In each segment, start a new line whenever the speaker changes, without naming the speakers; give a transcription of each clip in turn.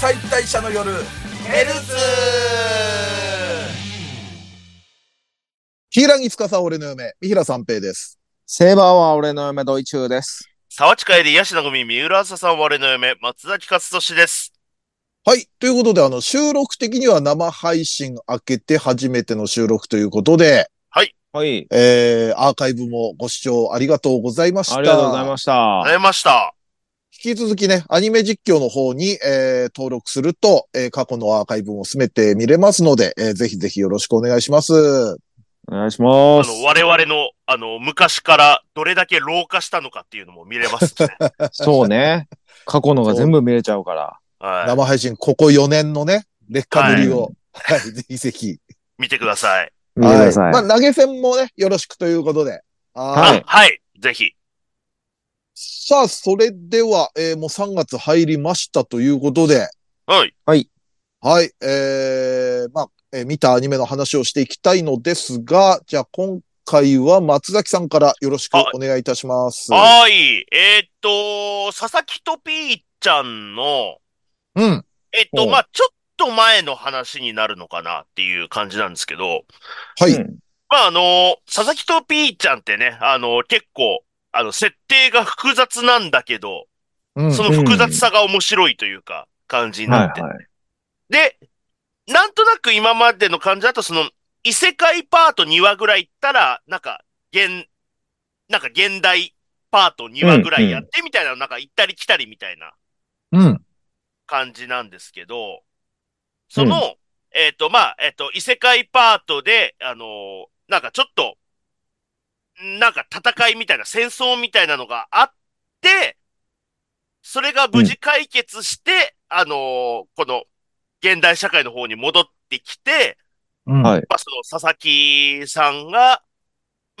解体者の夜ヘルツ
ヒーラギつかさ俺の嫁、三平三平です。
セーバーは俺の嫁、ドイチューです。
沢地会で癒しの組、三浦朝さん、我の嫁、松崎勝利です。
はい。ということで、あの、収録的には生配信明けて初めての収録ということで、
はい。
えー、アーカイブもご視聴ありがとうございました。
ありがとうございまし
あ
た。
りました。
引き続きね、アニメ実況の方に、えー登録すると、えー過去のアーカイブも進めて見れますので、えーぜひぜひよろしくお願いします。
お願いし
あ
ます。
の、我々の、あの、昔からどれだけ老化したのかっていうのも見れます ね。
そうね。過去のが全部見れちゃうから。
は
生配信、ここ4年のね、劣化ぶりを、はい、ぜひぜひ。
い。見てください。
見てください。
はいまあ、投げ銭もね、よろしくということで。は。
はい
あはい。ぜひ。
さあ、それでは、えーもう3月入りましたということで、
はい。
はい、えー、まあ、えー見たアニメの話をしていきたいのですが、じゃあ今回は松崎さんからよろしくお願いいたします。
はい。えーっと、佐々木とピーちゃんの、
うん。
えっ
お
と、
う
まあ、ちょっと前の話になるのかなっていう感じなんですけど、
はい。
うん
まあ、あの、佐々木とピーちゃんってね、あの、結構、あの、設定が複雑なんだけど、
うん
その複雑さが面白いというか、感じになって。
はいはい。
で、なんとなく今までの感じだと、その、異世界パート2話ぐらい行ったら、なんか、現、なんか現代パート2話ぐらいやってみたいな、なんか行ったり来たりみたいな
うん。
感じなんですけど、その、えっ、と、まあ、えっ、と、異世界パートで、あのーなんかちょっと、なんか戦いみたいな、戦争みたいなのがあって、それが無事解決して、あのーこの、現代社会の方に戻ってきて、
うん
はい
まあ、その、佐々木さんが、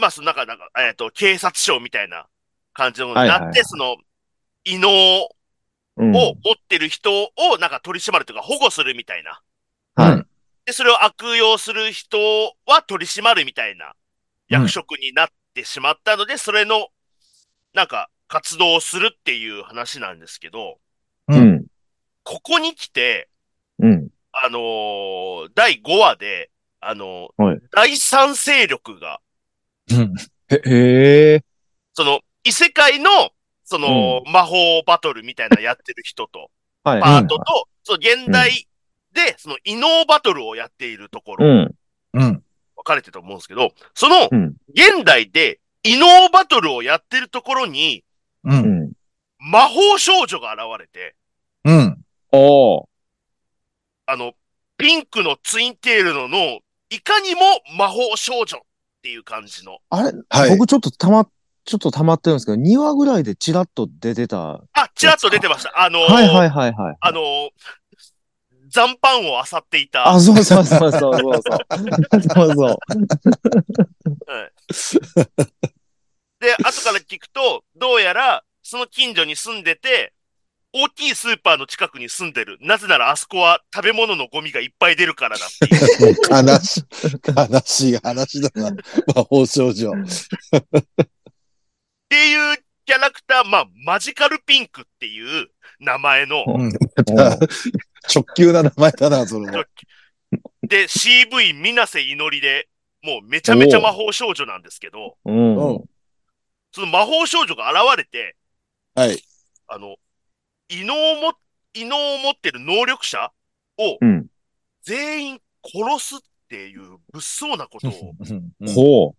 まあ、その中、なんか、えっ、と、警察庁みたいな感じのものになって、
はいはいはい
その、異能
うん
を持ってる人をなんか取り締まるというか保護するみたいな。
はい。
で、それを悪用する人は取り締まるみたいな役職になってしまったので、それのなんか活動をするっていう話なんですけど、
う
うん。
ここに来て、
うん。
あのー第5話で、あのー
はい
第三勢力が、
へへえ。
その異世界のその、魔法バトルみたいなやってる人と、
はい。
パートと、その現代で、その異能バトルをやっているところ、
うん。
うん。
分かれてると思うんですけど、その
うん。
現代で異能バトルをやってるところに
う。
うんん。
魔法少女が現れて、
うん。
おー。
あの、ピンクのツインテールのの、いかにも魔法少女っていう感じの。
あれ
はい
僕ちょっとたま、ちょっとたまってるんですけど、2話ぐらいでチラッと出てた。は
あ、ちらっと出てました。あの
い
ー
はいはいはい。
あのー残飯を漁っていた。
あ、そうそう そうそうそうそう。 そうそう。
はいで、後から聞くと、どうやら、その近所に住んでて、大きいスーパーの近くに住んでる。なぜならあそこは食べ物のゴミがいっぱい出るからだっていう。
もう悲しい、悲しい話だ な。魔法少女。
っていうキャラクター、まあ、マジカルピンクっていう名前の、
うん
直球な名前だな、それも。
で、CV 水瀬祈りで、もうめちゃめちゃ魔法少女なんですけど、
うん。
うん
その魔法少女が現れて、
はい。
あの、異能をも、異能を持ってる能力者を
うん。
全員殺すっていう物騒なことを
ほ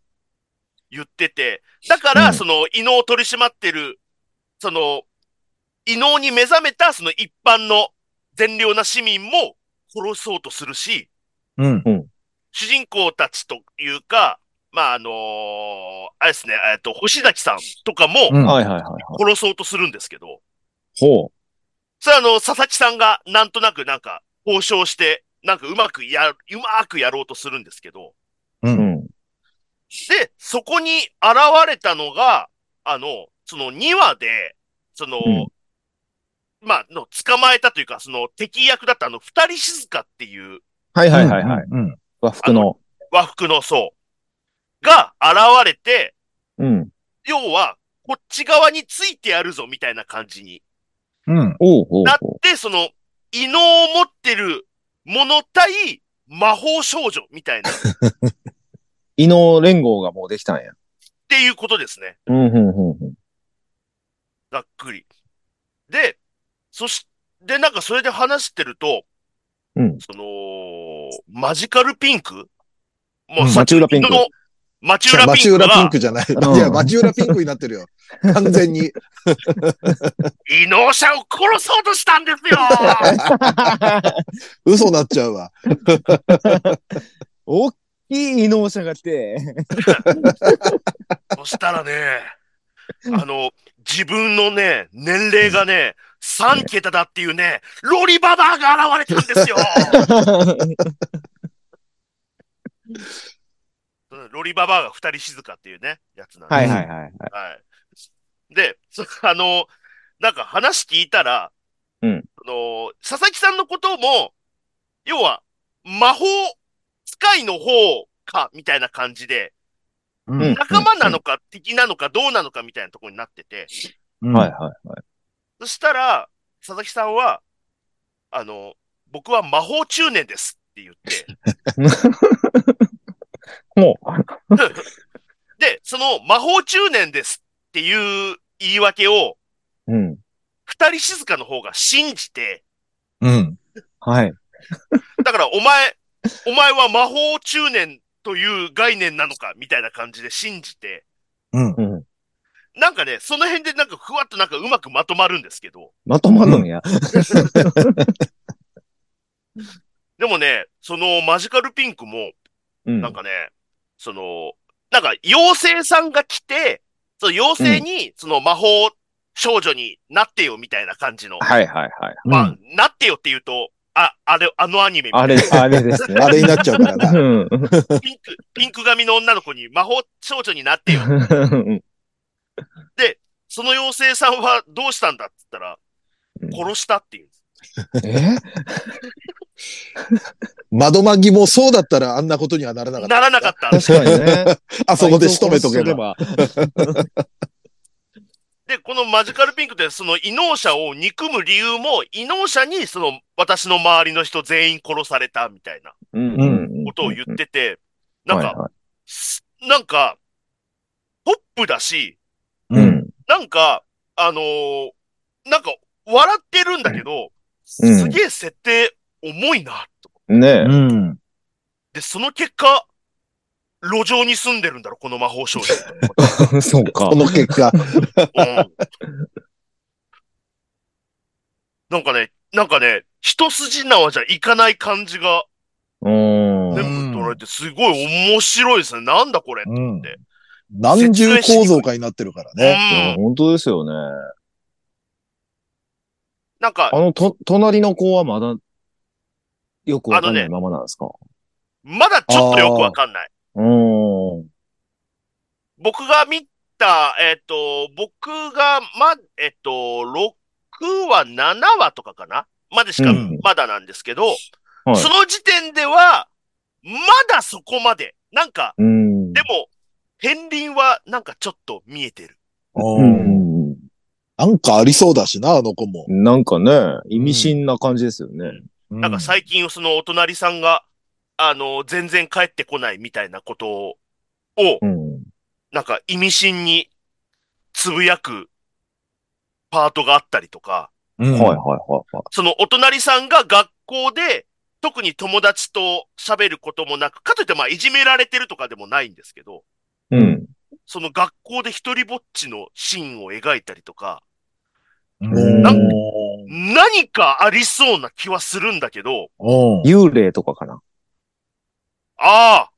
言ってて、だか
う
ら、
ん
その異能を取り締まってる、その、異能に目覚めた、その一般の善良な市民も殺そうとするし、
うん。
主人公たちというか、まあ、あのーあれですね、えっと、星崎さんとかも
う。
は。
はいいはいはいはい。
殺そうとするんですけど、
ほ
それはあの、佐々木さんがなんとなくなんか、交渉して、なんかうまくや、うまくやろうとするんですけど、
う。
う。うんん。
で、そこに現れたのが、あの、その2話で、その、
うん
まあ、の、捕まえたというか、その敵役だったあの、二人静かっていう
はいはいはいはい。
うん。
和服の。
和服の層が現れて、
うん。
要は、こっち側についてやるぞみたいな感じに
うん。
おうおう
なっ
おう。
て、その、異能を持ってるもの対魔法少女みたいな、っ
異能連合がもうできたんや。
ていうことですね。
うん、うん、うん。
ざっくり。で、そし、で、なんかそれで話してると、
うん
その、マジカルピンクも
うん
さっきの
町浦ピンク
犬の町浦
マ
ピ
チ
ン
ュー
ク
ラピン
が
クじゃない。
うん
いや、マチューラピンクになってるよ。完全に。
異能者を殺そうとしたんですよ
嘘になっちゃうわ。
大きい異能者が来 て、
そしたらね、あの、自分のね、年齢がね、3桁だっていうね、ロリババアが現れたんですよ うんロリババアが2人静かっていうね、やつなんです
はい
よ
はいはい。
はい。で、 そあの、なんか話聞いたら、
うん
あの、佐々木さんのことも、要は、魔法使いの方か、みたいな感じで、
うん
仲間なのか、敵なのか、どうなのか、みたいなとこになってて、
うん
はいはいはい。
そしたら、佐々木さんは、あの、僕は魔法中年ですって言って、
も
で、その魔法中年ですっていう言い訳を、
う、うん。
二人静かの方が信じて、
うん。
はい。
だから、お前、お前は魔法中年という概念なのか、みたいな感じで信じて、
うん。
うん。
なんかね、その辺でなんかふわっとなんかうまくまとまるんですけど、
まとまるんや。
でもね、そのマジカルピンクも、
うん。
なんかね、その、なんか妖精さんが来て、その妖精に、その魔法少女になってよ、みたいな感じの。
はいはいはい。
まあ、なってよって言うと、あ、あれ、あのアニメみた
あ
いな
れ、あれ ですね。
あれになっちゃうから な。
うん。
ピンク、ピンク髪の女の子に魔法少女になってよ
うん
その妖精さんはどうしたんだって言ったら、殺したっていうんです。
え
窓まぎもそうだったらあんなことにはならなかった。
ならなかったんです
確かにね。
あそこで仕留めとけ
れ
ば。
ば。
で、このマジカルピンクって、その異能者を憎む理由も、異能者にその私の周りの人全員殺されたみたいな
うん
うん
ん
ことを言ってて、
う
なんん
はい
か、
は
すなんか、ポップだし、
いうん。
なんか、あのーなんか、笑ってるんだけど、
うん
すげえ設定重いな、と。
ねえ。
ん。
で、その結果、路上に住んでるんだろ、この魔法 少女。
そうか
こ。の結果。
うんなんかね、なんかね、一筋縄じゃいかない感じが
うん。
でも
全部取られて、すごい面白いですね。なんだこれ。
うん何重構造かになってるからね。
うん
本当ですよね。
なんか
あ、の、と、隣の子はまだ、よくわかん
あの
な
ね
いままなんですか。
まだちょっとよくわかんない。
うん。
僕が見た、えっ、と、僕が、ま、えっ、と、6話、7話とかかなまでしか
うん、
まだなんですけど、
はい
その時点では、まだそこまで。なんか、
うん。
でも、片鱗はなんかちょっと見えてる。
う
うん
んうん
なんかありそうだしな、あの子も。
なんかね、意味深な感じですよね。
なんか最近、そのお隣さんが、あの、全然帰ってこないみたいなことを、
うん。
なんか意味深につぶやくパートがあったりとか、
うん
はいはいはいは
そのお隣さんが学校で、特に友達と喋ることもなく、かといってまあいじめられてるとかでもないんですけど、
い。うん。
その学校で一人ぼっちのシーンを描いたりとか、
うん
なん
か
何かありそうな気はするんだけど、
うん
幽霊とかかな。
ああ、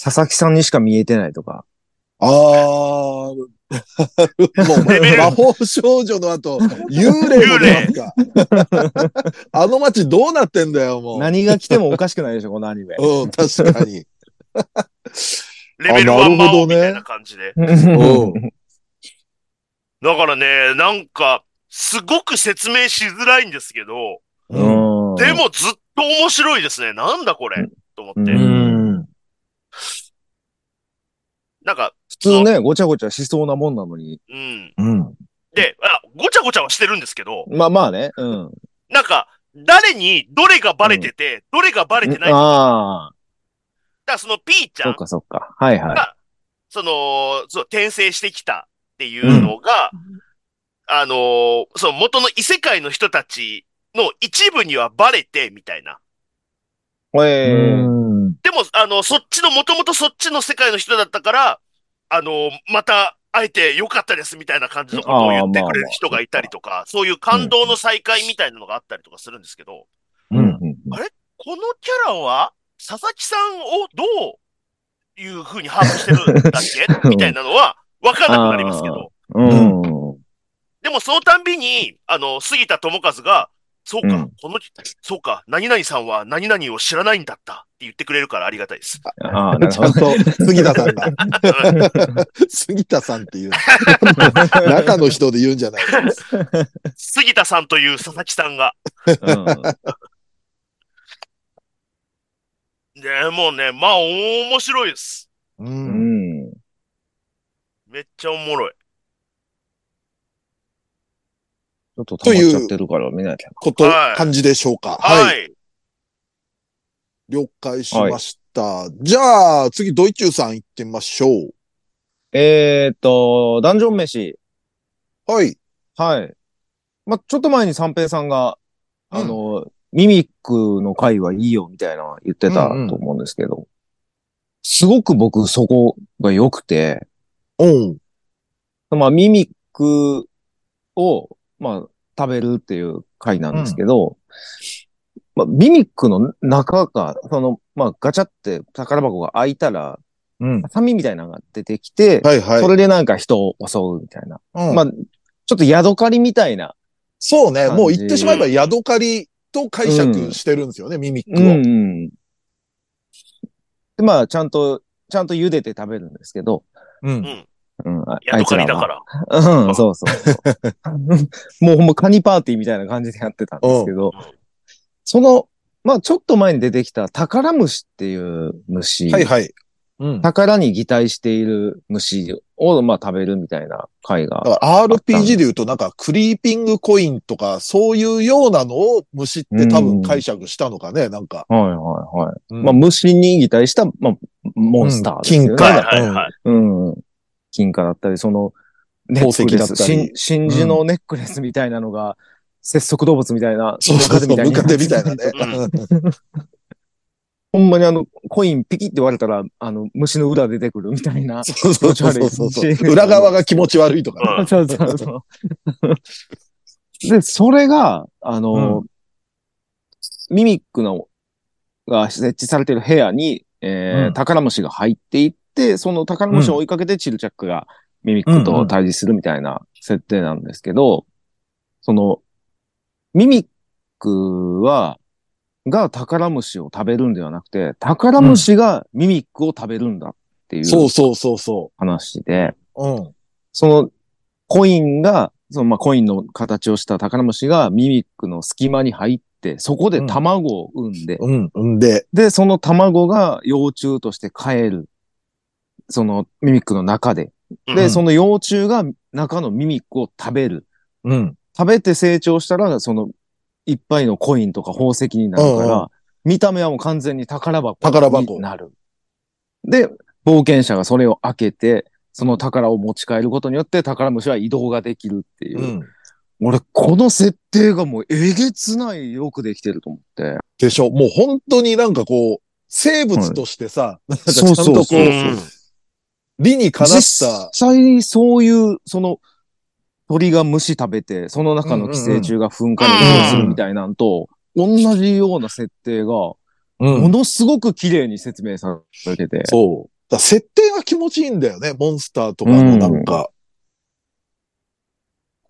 佐々木さんにしか見えてないとか。
ああ、もう、 魔法少女の後、幽霊も出ますか。 あの街どうなってんだよ、もう。
何が来てもおかしくないでしょ、この アニメ。
うん、確かに。
レベル
あなる
1
ほどね
魔王みたいな感じで。
うん
だからね、なんか、すごく説明しづらいんですけど、
うん。
で、もずっと面白いですね。なんだこれ、
うん
と思っ
う
て。
ん。
なんか、
普通ね、ごちゃごちゃしそうなもんなのに。
うん。
うん。
で、あ、ごちゃごちゃはしてるんですけど、
まあまあね。うん。
なんか、誰に、どれがバレてて、どれがバレてない。だか
ああ、
らその P ちゃ
そ
ん
っかそっか。はいは
が、その、そう、転生してきたっていうのが、あのーその元の異世界の人たちの一部にはバレて、みたいな。
え
い。
え
うん。
でも、あの、そっちの、もともとそっちの世界の人だったから、あの、また会えてよかったですみたいな感じのことを言ってくれる人がいたりとか、そういう感動の再会みたいなのがあったりとかするんですけど、
うんうん
あれこのキャラは、佐々木さんをどういう風に把握してるんだっけみたいなのは、わからなくなりますけど。
うん。
でもそのたんびに、あの、杉田智和が、そうか、
うん
この、そうか、何々さんは何々を知らないんだったって言ってくれるからありがたいです。
ああ、なる
ちゃ
ほ
ん
ど。
と杉田さん が。杉田さんっていう。中の人で言うんじゃないです。
杉田さんという佐々木さんが。ね、もうね、まあ、面白いです。
う。
うんん。うん
めっちゃおもろい。
ちょっと溜まっちゃってるから見なきゃ
こと、
はい
感じでしょうか。
は
はい。
い。
了解しました。じゃあ、次、ドイチューさん行ってみましょう。
えーっと、ダンジョン飯。
はい。
はい。まあ、ちょっと前に三平さんが、
うん
あの、ミミックの回はいいよみたいな言ってた
うんうん
と思うんですけど、すごく僕そこが良くて、
うん。
まあ、ミミックを、まあ、食べるっていう回なんですけど、まあ、ミミックの中が、その、まあ、ガチャって宝箱が開いたら、
うん。
ハサミみたいなのが出てきて、
はいはい
そ。れでなんか人を襲うみたいな。
うん
まあ、ちょっとヤドカリみたいな。
そうね。
感じ
もう言ってしまえば、ヤドカリと解釈してるんですよね、ミミック
う
を。
んうん。で、まあ、ちゃんと、ちゃんと茹でて食べるんですけど、
うん。
うん、あ
ヤドカリだか。ら。
あいつらはうん、そうそうそう。 もうほんまカニパーティーみたいな感じでやってたんですけど
うんうん、
その、まあ、ちょっと前に出てきた宝虫っていう虫。
はいはい。うん。だ
宝に擬態している虫を、まあ、食べるみたいな回が。
から RPG で言うとなんかクリーピングコインとかそういうようなのを虫って多分解釈したのかね、なんか。
はいはいはい。
うん
まあ、虫に擬態した、まあ、モンスターですよね。
うん金
はい
貨
はいはい。
うん。金貨だったり、その、ネッ
宝
ク
石
レ
だっ
ス、
たり
真真珠のネックレスみたいなのが、節足動物みたいな、
そうそうそう、ム
ム
カ
カ
デ
デ
み
み
た
た
い
い
な
な。
ね。
ほんまにあの、コインピキって割れたら、あの、虫の裏出てくるみたいな。
そうそうそうそうそう裏側が気持ち悪いとか、
うん
そうそうそう。で、それが、あの、ミミックの、が設置されてる部屋に、えー
うん
宝虫が入っていって、その宝虫を追いかけてチルチャックがミミックと対峙するみたいな設定なんですけど、その、ミミックは、が宝虫を食べるんではなくて、宝虫がミミックを食べるんだってい
そううそうそうそ
話で、
う。うん。
そのコインが、そのまあコインの形をした宝虫がミミックの隙間に入って、そこで卵を産んで、
うん。うんで、
で、その卵が幼虫として帰る。そのミミックの中で。
う
で、
ん
その幼虫が中のミミックを食べる。
うん。
食べて成長したら、そのいっぱいのコインとか宝石になるか
うんう
ら、見た目はもう完全に宝箱
宝箱
になる。で、冒険者がそれを開けて、その宝を持ち帰ることによって宝虫は移動ができるっていう。
うん。
俺、この設定がもうえげつないよくできてると思って。
でしょ。もう本当になんかこう、生物としてさ、なんかちゃんとこう、
うん
理にかなった
実、際そういう、その、鳥が虫食べて、その中の寄生虫が噴火で移動するみたいなんと、同じような設定が、も
うん
のすごく綺麗に説明されてて。
そう。だから設定が気持ちいいんだよね。モンスターとかのなんか。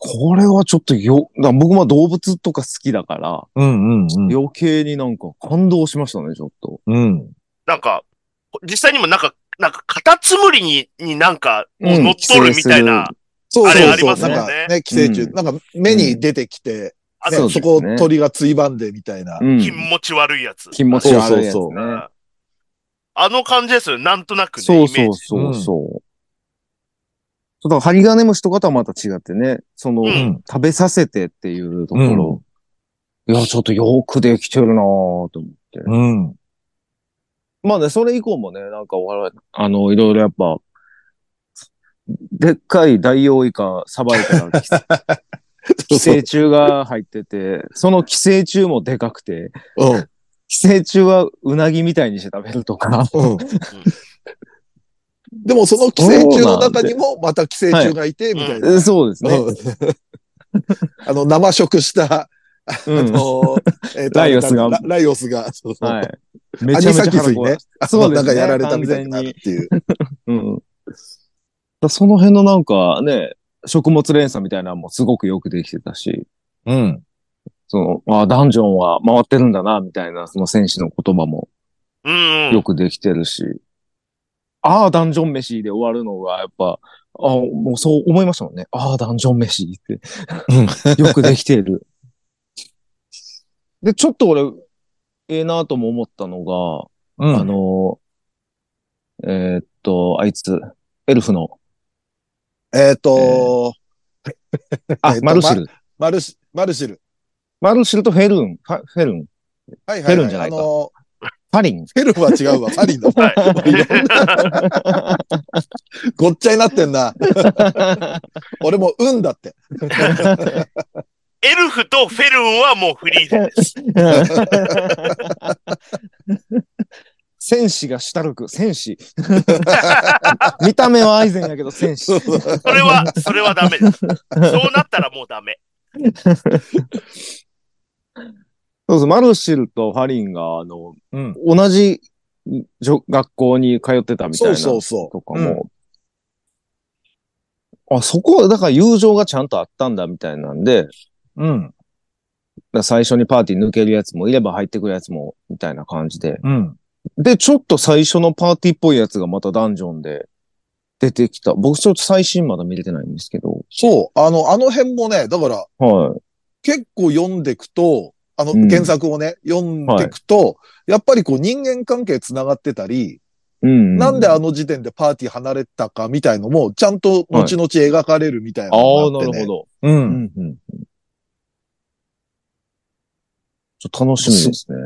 これはちょっとよ、だから僕も動物とか好きだから、
うんうん
余計になんか感動しましたね、ちょっと。
うん。
なんか、実際にもなんか、なんか、カタツムリに、になんか、
う
乗っ取るみたいな、
そう
あれ
そ
あ
う
り
そ
ま
う。
す
な
も
ん
んね
かね、寄生虫、
うん
なんか目に出てきて、
あ
ね
そ
の
う、
そ
です
こを
ね
鳥がついばんでみたいな。
うん。
気持ち悪いやつ。
気持ち悪いやつね。
そ
う
うそう
んあの感じですよね。なんとなくね、
そう
イメ
そ
ー
う
ジ。
そうそう。ちょっと針金虫とかとはまた違ってね、その、
うん
食べさせてっていうところいや、ちょっとよくできてるなぁと思って。
うん。
まあね、それ以降もね、なんかお笑い、あの、いろいろやっぱ、でっかいダイオウイカ、サバイカが、寄生虫が入ってて、その寄生虫もでかくて、
うん。
寄生虫はうなぎみたいにして食べるとか、
うん。でもその寄生虫の中にもまた寄生虫がいて、みたいな。
えそうですね。
うん あの、生食した、
う
あ
ん
のー、えーと
ライオスが
ラライオスが、そうそう。
はい。め
ア
ちゃ
ニ
め
サ
ち
キ
ゃ腹
スに
壊
ね
す。。 そうです
なん
ね
かやられたみたいになる
完全
っ
に
ていう。
うん。だその辺のなんかね、食物連鎖みたいなのもすごくよくできてたし、
うん。
その、あダンジョンは回ってるんだな、みたいな、その戦士の言葉も
うんうん。
よくできてるし、ああ、ダンジョン飯で終わるのが、やっぱ、あもうそう思いましたもんね。ああ、ダンジョン飯って。よくできている。で、ちょっと俺、ええなとも思ったのが、
うん
あの、えーっと、あいつ、エル フの、
えっと、
あ
えーっ、と
マルシル。
マルシ、マルシル。
マルシルとフェルン、ファフェルン、
はいは
フェ
い、
ルン
はい。
じゃな
あ
いか
の
ファリン。
ー、フェルンは違うわ。パリンだ。
はい
ごっちゃになってん な。俺もう、うんだって。
エルフとフェルンはもうフリーでです。
戦士がシュタルク、戦 士。見た目はアイゼンやけど戦士。
それ は、それはダメです。そうなったらもうダメ。
そうそう、マルシルとファリンが、あの、
うん
同じじょ学校に通ってたみたい
そ
な
うそ
と
うそ
かも、あ、そこは、だから友情がちゃんとあったんだみたいなんで、だか
う。うん。
ら最初にパーティー抜けるやつもいれば入ってくるやつも、みたいな感じで。
うん。
で、ちょっと最初のパーティーっぽいやつがまたダンジョンで出てきた。僕ちょっと最新まだ見れてないんですけど、
そう。あの、あの辺もね、だから、
は
結構読んでくと、あの、
うん
原作をね、読んでくと、やっぱりこう人間関係繋がってたり、
い。うん。
なんであの時点でパーティー離れたかみたいのも、ちゃんと後々描かれるみたいな
ああ、
のが
な
あって、
る
ね
ほど。
う。
うんんうんうんちょっと楽しみですね。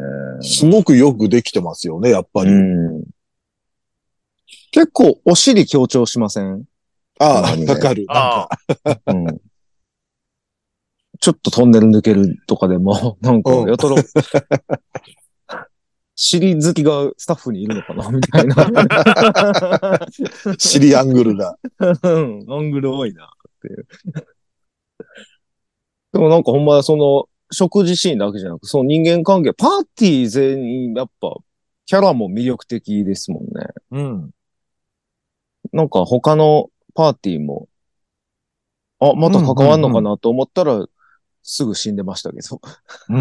すごくよくできてますよね、やっぱり。
うん結構お尻強調しません、
あ
う
あ、
ん
かかる。なん
あ
か
あ。
うん、ちょっとトンネル抜けるとかでも、 なんか
うん
やたら、尻好きがスタッフにいるのかなみたいな。
シリアングルが。
うん、アングル多いな、っていう。でもなんかほんまその、食事シーンだけじゃなく、その人間関係、パーティー全員、やっぱ、キャラも魅力的ですもんね。
うん。
なんか他のパーティーも、あ、また関わんのかなと思ったら、すぐ死んでましたけど。
う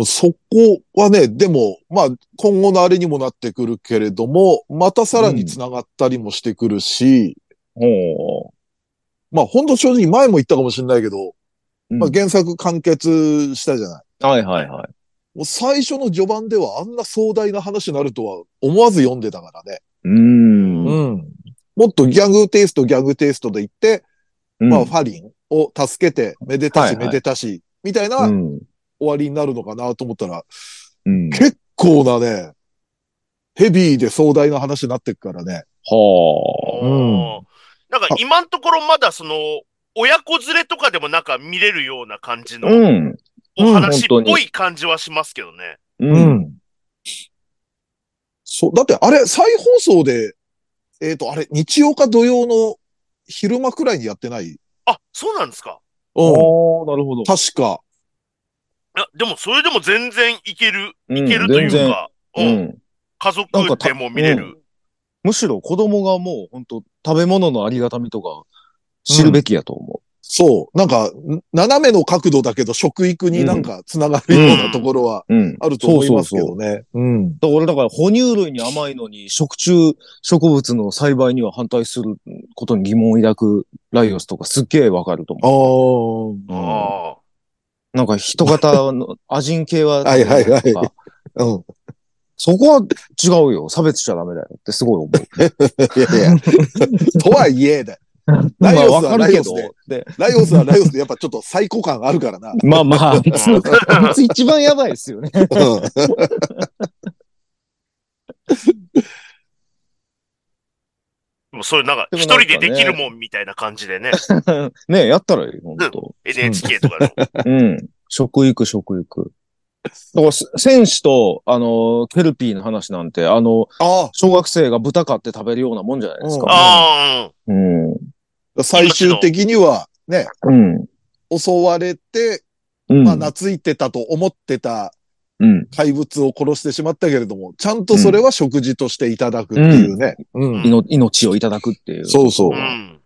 ん。そこはね、でも、まあ、今後のあれにもなってくるけれども、またさらに繋がったりもしてくるし、
ほ
まあ、ほんと正直前も言ったかもしれないけど、
う。
まあ、原作完結したじゃない。
はいはいはい。
もう最初の序盤ではあんな壮大な話になるとは思わず読んでたからね。
うーん。
ん。もっとギャグテイスト、ギャグテイストで言って、
うん
まあ、ファリンを助けて、めでたし、
はいはい
めでたし、みたいな
う
終
ん。
わりになるのかなと思ったら、
うん。
結構なね、ヘビーで壮大な話になってくからね。
はあ。
おーなんか今のところまだその、親子連れとかでもなんか見れるような感じの
うん。
お話っ
うん本
ぽ
当
い感じはしますけどね。
うん。
そう、だってあれ、再放送で、えっ、と、あれ、日曜か土曜の昼間くらいにやってない
あ、そうなんですか。
ああ、
うん。
なるほど。
確か。
いや、でもそれでも全然いける、
い
いけるというか、
う
うん
ん。
家族でも見れ
な
る。
むしろ子供がもう本当食べ物のありがたみとか知るべきやと思
そう。なんか、ん斜めの角度だけど、食育になんか繋がるようなところは
う。うん。
あると思いますけ
そうそ
ど
うそ
ね。うん。
う。だから俺だから哺乳類に甘いのに食虫植物の栽培には反対することに疑問を抱くライオスとかすっげえわかると
あ
思う。
あ。
うん
あ
なんか人型のアジン系は。
はいはいはい
とか
うん。
そこは 違うよ。差別しちゃダメだよってすごい思う。
いやいや。とはいえだ。ライオスは
まあわかるけど
ライオ
で
ライオスはライオスでやっぱちょっと最高感あるからな。
まあまあ、あ いつ、あいつ一番やばいですよね。
うん
もうそういうなんか、
で
一
もなんか
人
ね
でできるもんみたいな感じでね。
ねやったらいい、本当
NHK とかの。
うん。食育、食育。だから、せ選手と、あの、ケルピーの話なんて、あの、
あ
小学生が豚飼って食べるようなもんじゃないです
うん
か。
ああ、
うん。
あ、最終的にはね、
うん。
襲われて、
うん。
まあ、懐いてたと思ってた
うん。
怪物を殺してしまったけれども、ちゃんとそれは食事としていただくっていうね。うん
ん
いの命をいただくっていう。
そうそうう。
ん。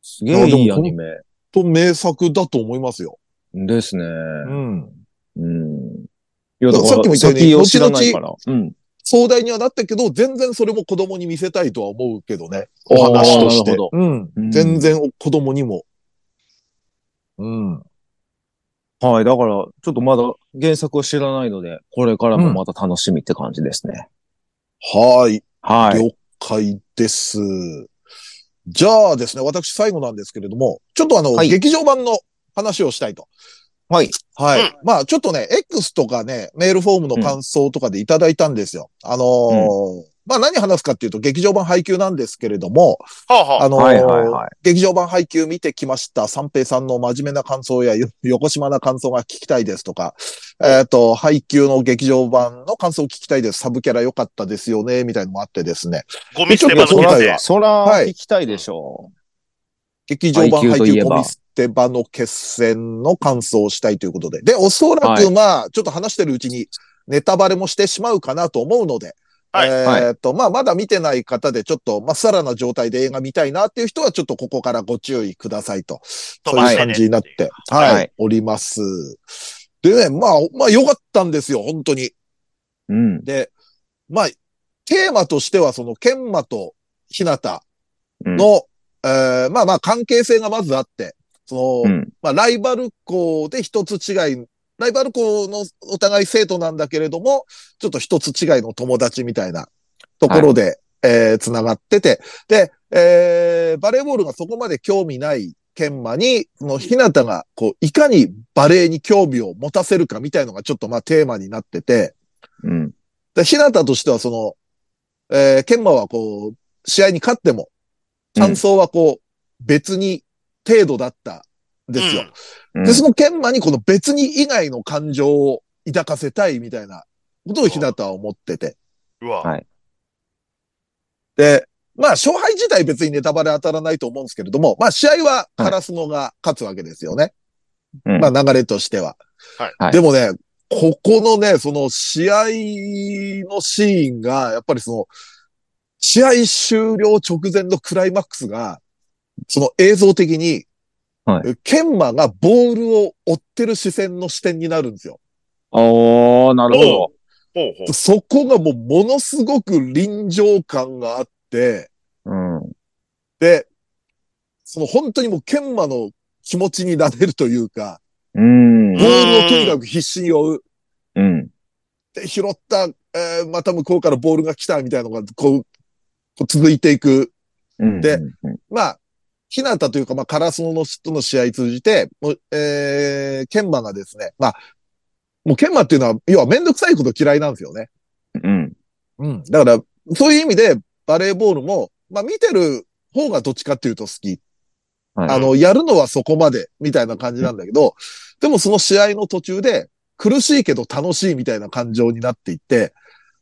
すげえいいアニメ
と名作だと思いますよ。
ですね。
ん。
うん。いや、
だ
だ
か
か
さっ
らら、
きも言ったように
先を知らないから。うん。
壮大にはなったけど、全然それも子供に見せたいとは思うけどね。お話とし
あ
て
ーなる。ほ
うん
うん
全然お子供にも。うん。
はい。だから、ちょっとまだ原作を知らないので、これからもまた楽しみって感じですね。
はい。
はい。
了解です。じゃあですね、私最後なんですけれども、ちょっとあの、
はい
劇場版の話をしたいと。
はい。
はい。
うん
まあ、ちょっとね、X とかね、メールフォームの感想とかでいただいたんですよ。あのーまあ何話すかっていうと、劇場版配給なんですけれども、
はあは
あ
あ。
のー
はいはいはい。
劇場版配給見てきました。三平さんの真面目な感想やよ横島な感想が聞きたいですとか、えっ、と、配給の劇場版の感想を聞きたいです。サブキャラ良かったですよね、みたいのもあってですね。
ゴミ捨て場の
ちょっと今
件
回
で
は。
そら、
はい
聞きたいでしょ
劇場版
配給
配
といえ
給
ば
ゴミ捨て場の決戦の感想をしたいということで。で、おそら
は
くまあ、ちょっと話してるうちにネタバレもしてしまうかなと思うので、
はい
えーっと、まあ、まだ見てない方で、ちょっと、まっさらな状態で映画見たいなっていう人は、ちょっとここからご注意くださいと。
飛
そう
ばし
いう
てね
感じになって、
い
はい、
はい
おります。でね、まあ、まあ、良かったんですよ、本当に。
う。うん。
で、まあ、テーマとしては、その、研磨と日向の、えーまあまあ、関係性がまずあって、その、
うん。
まあ、ライバル校で一つ違い、ライバル校のお互い生徒なんだけれども、ちょっと一つ違いの友達みたいなところで、えー繋がってて、で、えーバレーボールがそこまで興味ない研磨に、その、ひなたが、こう、いかにバレーに興味を持たせるかみたいのがちょっとまあテーマになってて、
うん。
で、ひなたとしてはその、えー、研磨はこう、試合に勝っても、感想はこう、別に程度だったんですよ。
うん
で、その研磨にこの別に以外の感情を抱かせたいみたいなことを日向は思ってて。
うん。うわ。
はい
で、まあ勝敗自体別にネタバレ当たらないと思うんですけれども、まあ試合はカラスノが勝つわけですよね。
うん
まあ流れとしては。
はい
はい
でもね、ここのね、その試合のシーンが、やっぱりその、試合終了直前のクライマックスが、その映像的に、
は
ケンマがボールを追ってる視線の視点になるんですよ。
おー、なるほど。
ほうほう。
そこがもうものすごく臨場感があって、
うん。
で、その本当にもう研磨の気持ちになれるというか、
うん
ボー。ルをとにかく必死に追う。
うん。
で、拾った、えーまた向こうからボールが来たみたいなのが、こう、こう続いていく。
うん
で、
うん
まあ、ひなたというか、まあ、カラスノのとの試合通じて、もうえー、研磨がですね、まあ、もう研磨っていうのは、要はめんどくさいこと嫌いなんですよね。
うん。
うん。だから、そういう意味で、バレーボールも、まあ見てる方がどっちかっていうと好き。
はい
あの、やるのはそこまで、みたいな感じなんだけど、でもその試合の途中で、苦しいけど楽しいみたいな感情になっていって、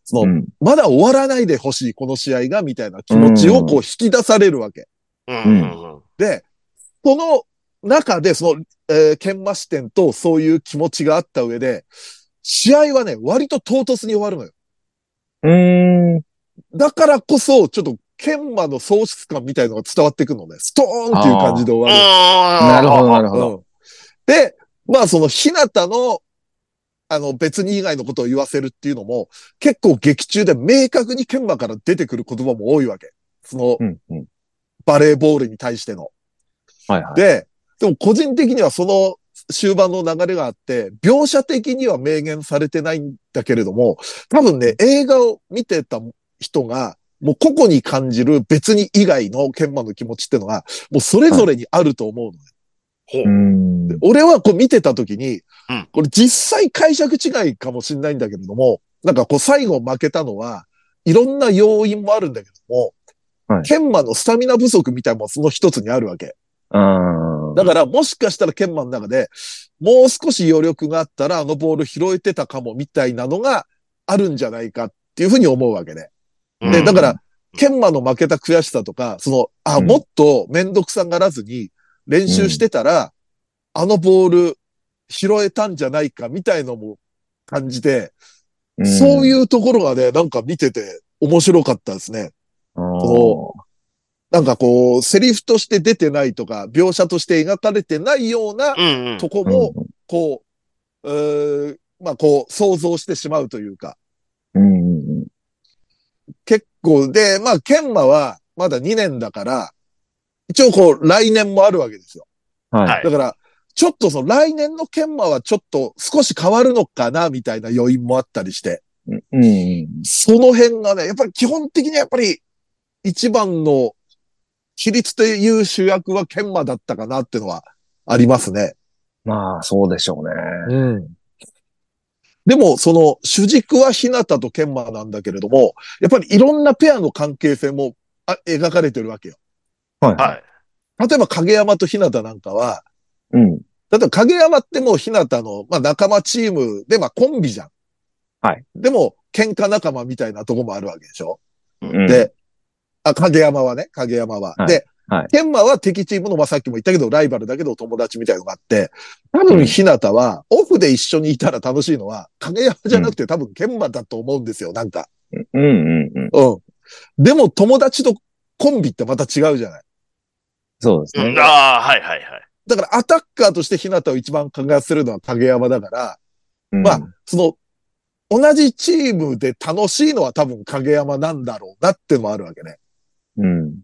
その、
うん
まだ終わらないでほしい、この試合が、みたいな気持ちをこう引き出されるわけ。
うんうんうん。
で、その中で、その、えー、研磨視点とそういう気持ちがあった上で、試合はね、割と唐突に終わるのよ。
うん。
だからこそ、ちょっと、研磨の喪失感みたいのが伝わってくるのね。ストーンっていう感じで終わ
な
な
るほど、なる
る。
ほど。
うんで、まあその、ひなたの、あの、別に以外のことを言わせるっていうのも、結構劇中で明確に研磨から出てくる言葉も多いわけ。その
う、ん。うん。
バレーボールに対しての。
はいはい。
で、でも個人的にはその終盤の流れがあって、描写的には明言されてないんだけれども、多分ね、映画を見てた人が、もう個々に感じる別に以外の研磨の気持ちってのが、もうそれぞれにあると思うのね。
ほう
う。ん。うん
俺はこう見てた時に
うん、
これ実際解釈違いかもしれないんだけれども、なんかこう最後負けたのは、いろんな要因もあるんだけども
はい、
研磨のスタミナ不足みたいなのもその一つにあるわけ。
あ
だからもしかしたら研磨の中で、もう少し余力があったらあのボール拾えてたかもみたいなのがあるんじゃないかっていうふうに思うわけで。
うん
で、だから、研磨の負けた悔しさとか、その、あ、
うん
もっとめんどくさがらずに練習してたら、あのボール拾えたんじゃないかみたいのも感じて、
ー、
そういううところがね、なんか見てて面白かったですね。
こ
なんかこう、セリフとして出てないとか、描写として描かれてないような
うんうん。
とこ
う
も、こう、うーまあこう、想像してしまうというか、
ん、うんうん
結構、で、まあ、研磨はまだ2年だから、一応こう、来年もあるわけですよ。
はい。
はい
だから、ちょっとその来年の研磨はちょっと少し変わるのかな、みたいな余韻もあったりして、
うんうん。
その辺がね、やっぱり基本的にはやっぱり一番の比率という主役は研磨だったかなっていうのはありますね。
まあ、そうでしょうね。
うん。でも、その主軸は日向と研磨なんだけれども、やっぱりいろんなペアの関係性もあ描かれてるわけよ。
はい。
はい。
例えば影山と日向なんかは、
うん。
例えば影山ってもう日向の、まあ、仲間チームで、まあコンビじゃん。
はい。
でも、喧嘩仲間みたいなとこもあるわけでしょ
うん、
で、あ、影山はね、影山は。
はい
で、
はい
天馬は敵チームの、まあ、さっきも言ったけど、ライバルだけど友達みたいのがあって、多分、日向は、オフで一緒にいたら楽しいのは、影山じゃなくて多分、天馬だと思うんですよ、なんか。
うんうんうん。
うん。でも、友達とコンビってまた違うじゃない。
そうです
う
ね
ん。。ああ、はいはいはい。
だから、アタッカーとして日向を一番考えするのは影山だから、
うん
まあ、その、同じチームで楽しいのは多分影山なんだろうなってのもあるわけね。
うん。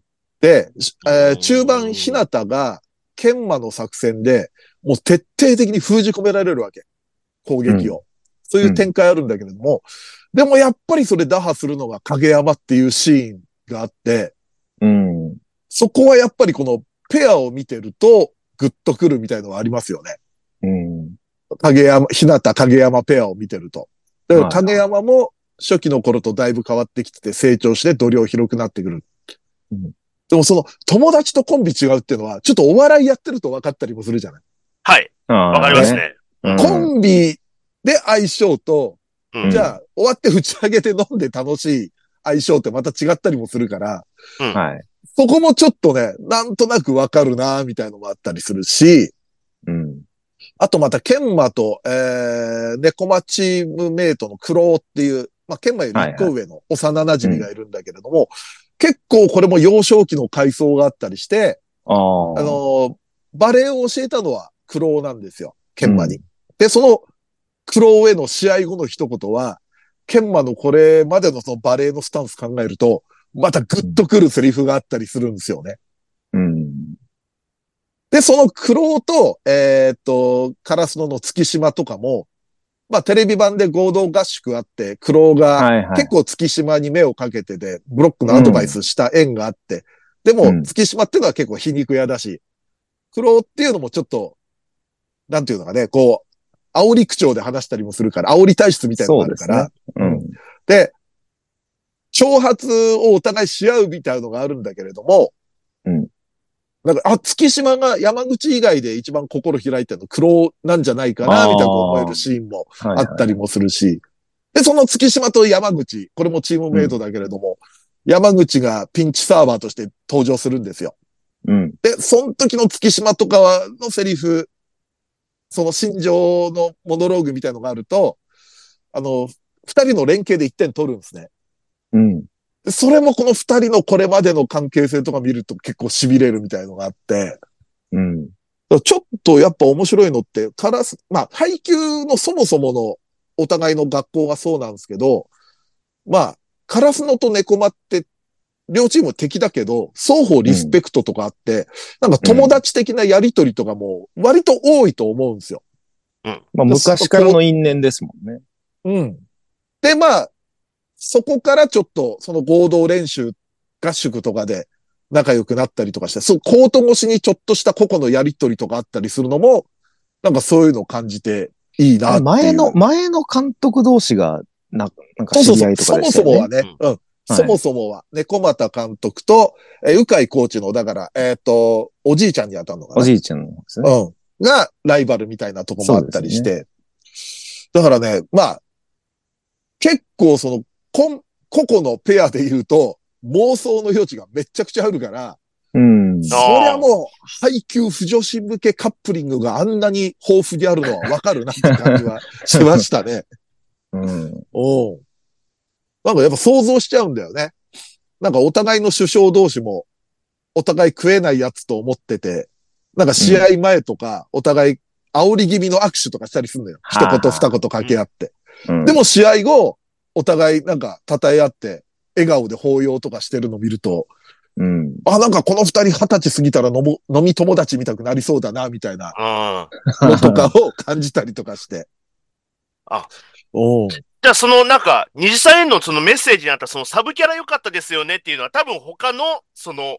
で、しえー
うん
中盤、日向が、研磨の作戦で、もう徹底的に封じ込められるわけ。攻撃を。そういう展開あるんだけれども、でもやっぱりそれ打破するのが影山っていうシーンがあって、
うん。
そこはやっぱりこのペアを見てると、グッとくるみたいのはありますよね。
うん。
影山、日向影山ペアを見てると。だから
はい
影山も初期の頃とだいぶ変わってきてて成長して度量広くなってくる。
うん
でもその友達とコンビ違うっていうのは、ちょっとお笑いやってると分かったりもするじゃない。
はい。
わ
わかります。ね。
うん
コンビで相性と、
うん
じゃあ終わって打ち上げて飲んで楽しい相性ってまた違ったりもするから、
はい。
そこもちょっとね、なんとなく分かるなみたいのもあったりするし、
うん。
あとまた、ケンマと、えー、猫マチームメイトのクロっていう、まあ、ケンマより一個上の幼馴染がいるんだけれども、結構これも幼少期の回想があったりして、
ああ。
あの、ーバレエを教えたのはクロなんですよ、ケンマに。で、そのクロへの試合後の一言は、ケンマのこれまでのそのバレエのスタンス考えると、またグッとくるセリフがあったりするんですよね。
うん。
で、その苦労と、えーっと、カラスノの月島とかも、まあテレビ版で合同合宿あって、苦労が
はいはい。
結構月島に目をかけてて、ブロックのアドバイスした縁があって、で
う
も
ん
月島ってのは結構皮肉屋だし、苦労っていうのもちょっと、なんていうのかね、こう、煽り口調で話したりもするから、煽り体質みたいなのがあるから、
うん。
で、挑発をお互いし合うみたいのがあるんだけれども、
うん
なんか、あ、月島が山口以外で一番心開いてるの苦労なんじゃないかな、
あー
みたいな思えるシーンも
はい
あ
はい
ったりもするし、で、その月島と山口、これもチームメイトだけれども、山口がピンチサーバーとして登場するんですよ。
うん。
で、その時の月島とかはのセリフ、その心情のモノローグみたいのがあると、あの、二人の連携で一点取るんですね。
うん。
でそれもこの二人のこれまでの関係性とか見ると結構痺れるみたいのがあって、
うん。
ちょっとやっぱ面白いのって、カラス、まあ、配給のそもそものお互いの学校がそうなんですけど、まあ、カラスノとネコマって、両チーム敵だけど、双方リスペクトとかあって、なんか友達的なやりとりとかも割と多いと思うんですよ。
まあ、昔からの因縁ですもんね。
うん。で、まあ、そこからちょっと、その合同練習、合宿とかで仲良くなったりとかして、そう、コート越しにちょっとした個々のやりとりとかあったりするのも、なんかそういうのを感じていいなっていう。
前の、前の監督同士が、な、なんか
そうそ
知
う
り
そ。
合いうとか
そ
で
も
し
そ
たよね。
もはね、うん。
い
そもそもは、ね、小俣監督と、え、うかいコーチの、だから、えっ、と、おじいちゃんに当たるのかな。
おじいちゃんの方ですね。
うん。が、ライバルみたいなとこもあったりして。だからね、まあ、結構その、こん、個々のペアで言うと、妄想の余地がめちゃくちゃあるから、
うん。
そりゃもう、配給不女子向けカップリングがあんなに豊富であるのはわかるなって感じはしましたね。
うん。
おうなんかやっぱ想像しちゃうんだよね。なんかお互いの首相同士も、お互い食えないやつと思ってて、なんか試合前とか、お互い煽り気味の握手とかしたりするのよ。
は
一
あはあ
言二言掛け合って。
うん
で、も試合後、お互いなんか称え合って、笑顔で抱擁とかしてるの見ると、
うん。
あ、なんかこの二人二十歳過ぎたら飲も飲み友達みたくなりそうだな、みたいな
うん。
のとかを感じたりとかして。
あ。
おう
じゃあ、その、なんか、二次さんへのそのメッセージにあった、そのサブキャラ良かったですよねっていうのは、多分他の、その、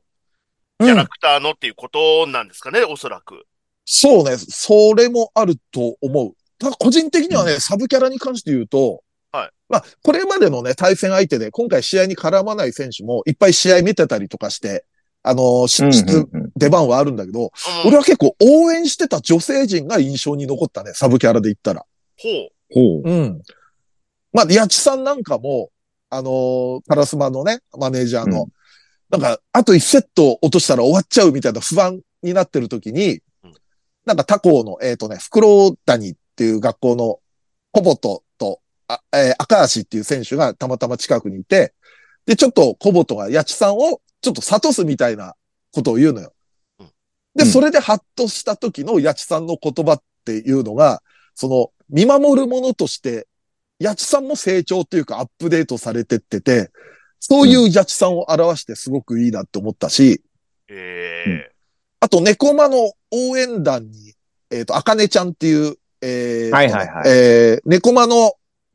キャラクターのっていうことなんですかね、おそらく。
そうね、それもあると思う。ただ個人的にはね、サブキャラに関して言うと、
はい
まあ、これまでのね、対戦相手で、今回試合に絡まない選手も、いっぱい試合見てたりとかして、あのーし
うん
しつ
うんうん
出番はあるんだけど、
うん、
俺は結構応援してた女性陣が印象に残ったね、サブキャラで言ったら。
ほう。
ほう。
うん。まあ、八千さんなんかも、あのーカラスマのね、マネージャーの、
う
なんか、あと1セット落としたら終わっちゃうみたいな不安になってる時に、
うん
なんか他校の、えっ、とね、袋谷っていう学校のコボトと、あえー赤足っていう選手がたまたま近くにいて、で、ちょっとコボトが八千さんをちょっと諭すみたいなことを言うのよ
うん。
で、
うん
それでハッとした時の八千さんの言葉っていうのが、その、見守るものとして、八千さんも成長っていうかアップデートされてってて、そういう八千さんを表してすごくいいなって思ったし、
ええ
あと、猫間の応援団に、えっ、と、あかねちゃんっていう、えー
はいはいはい
えー猫間の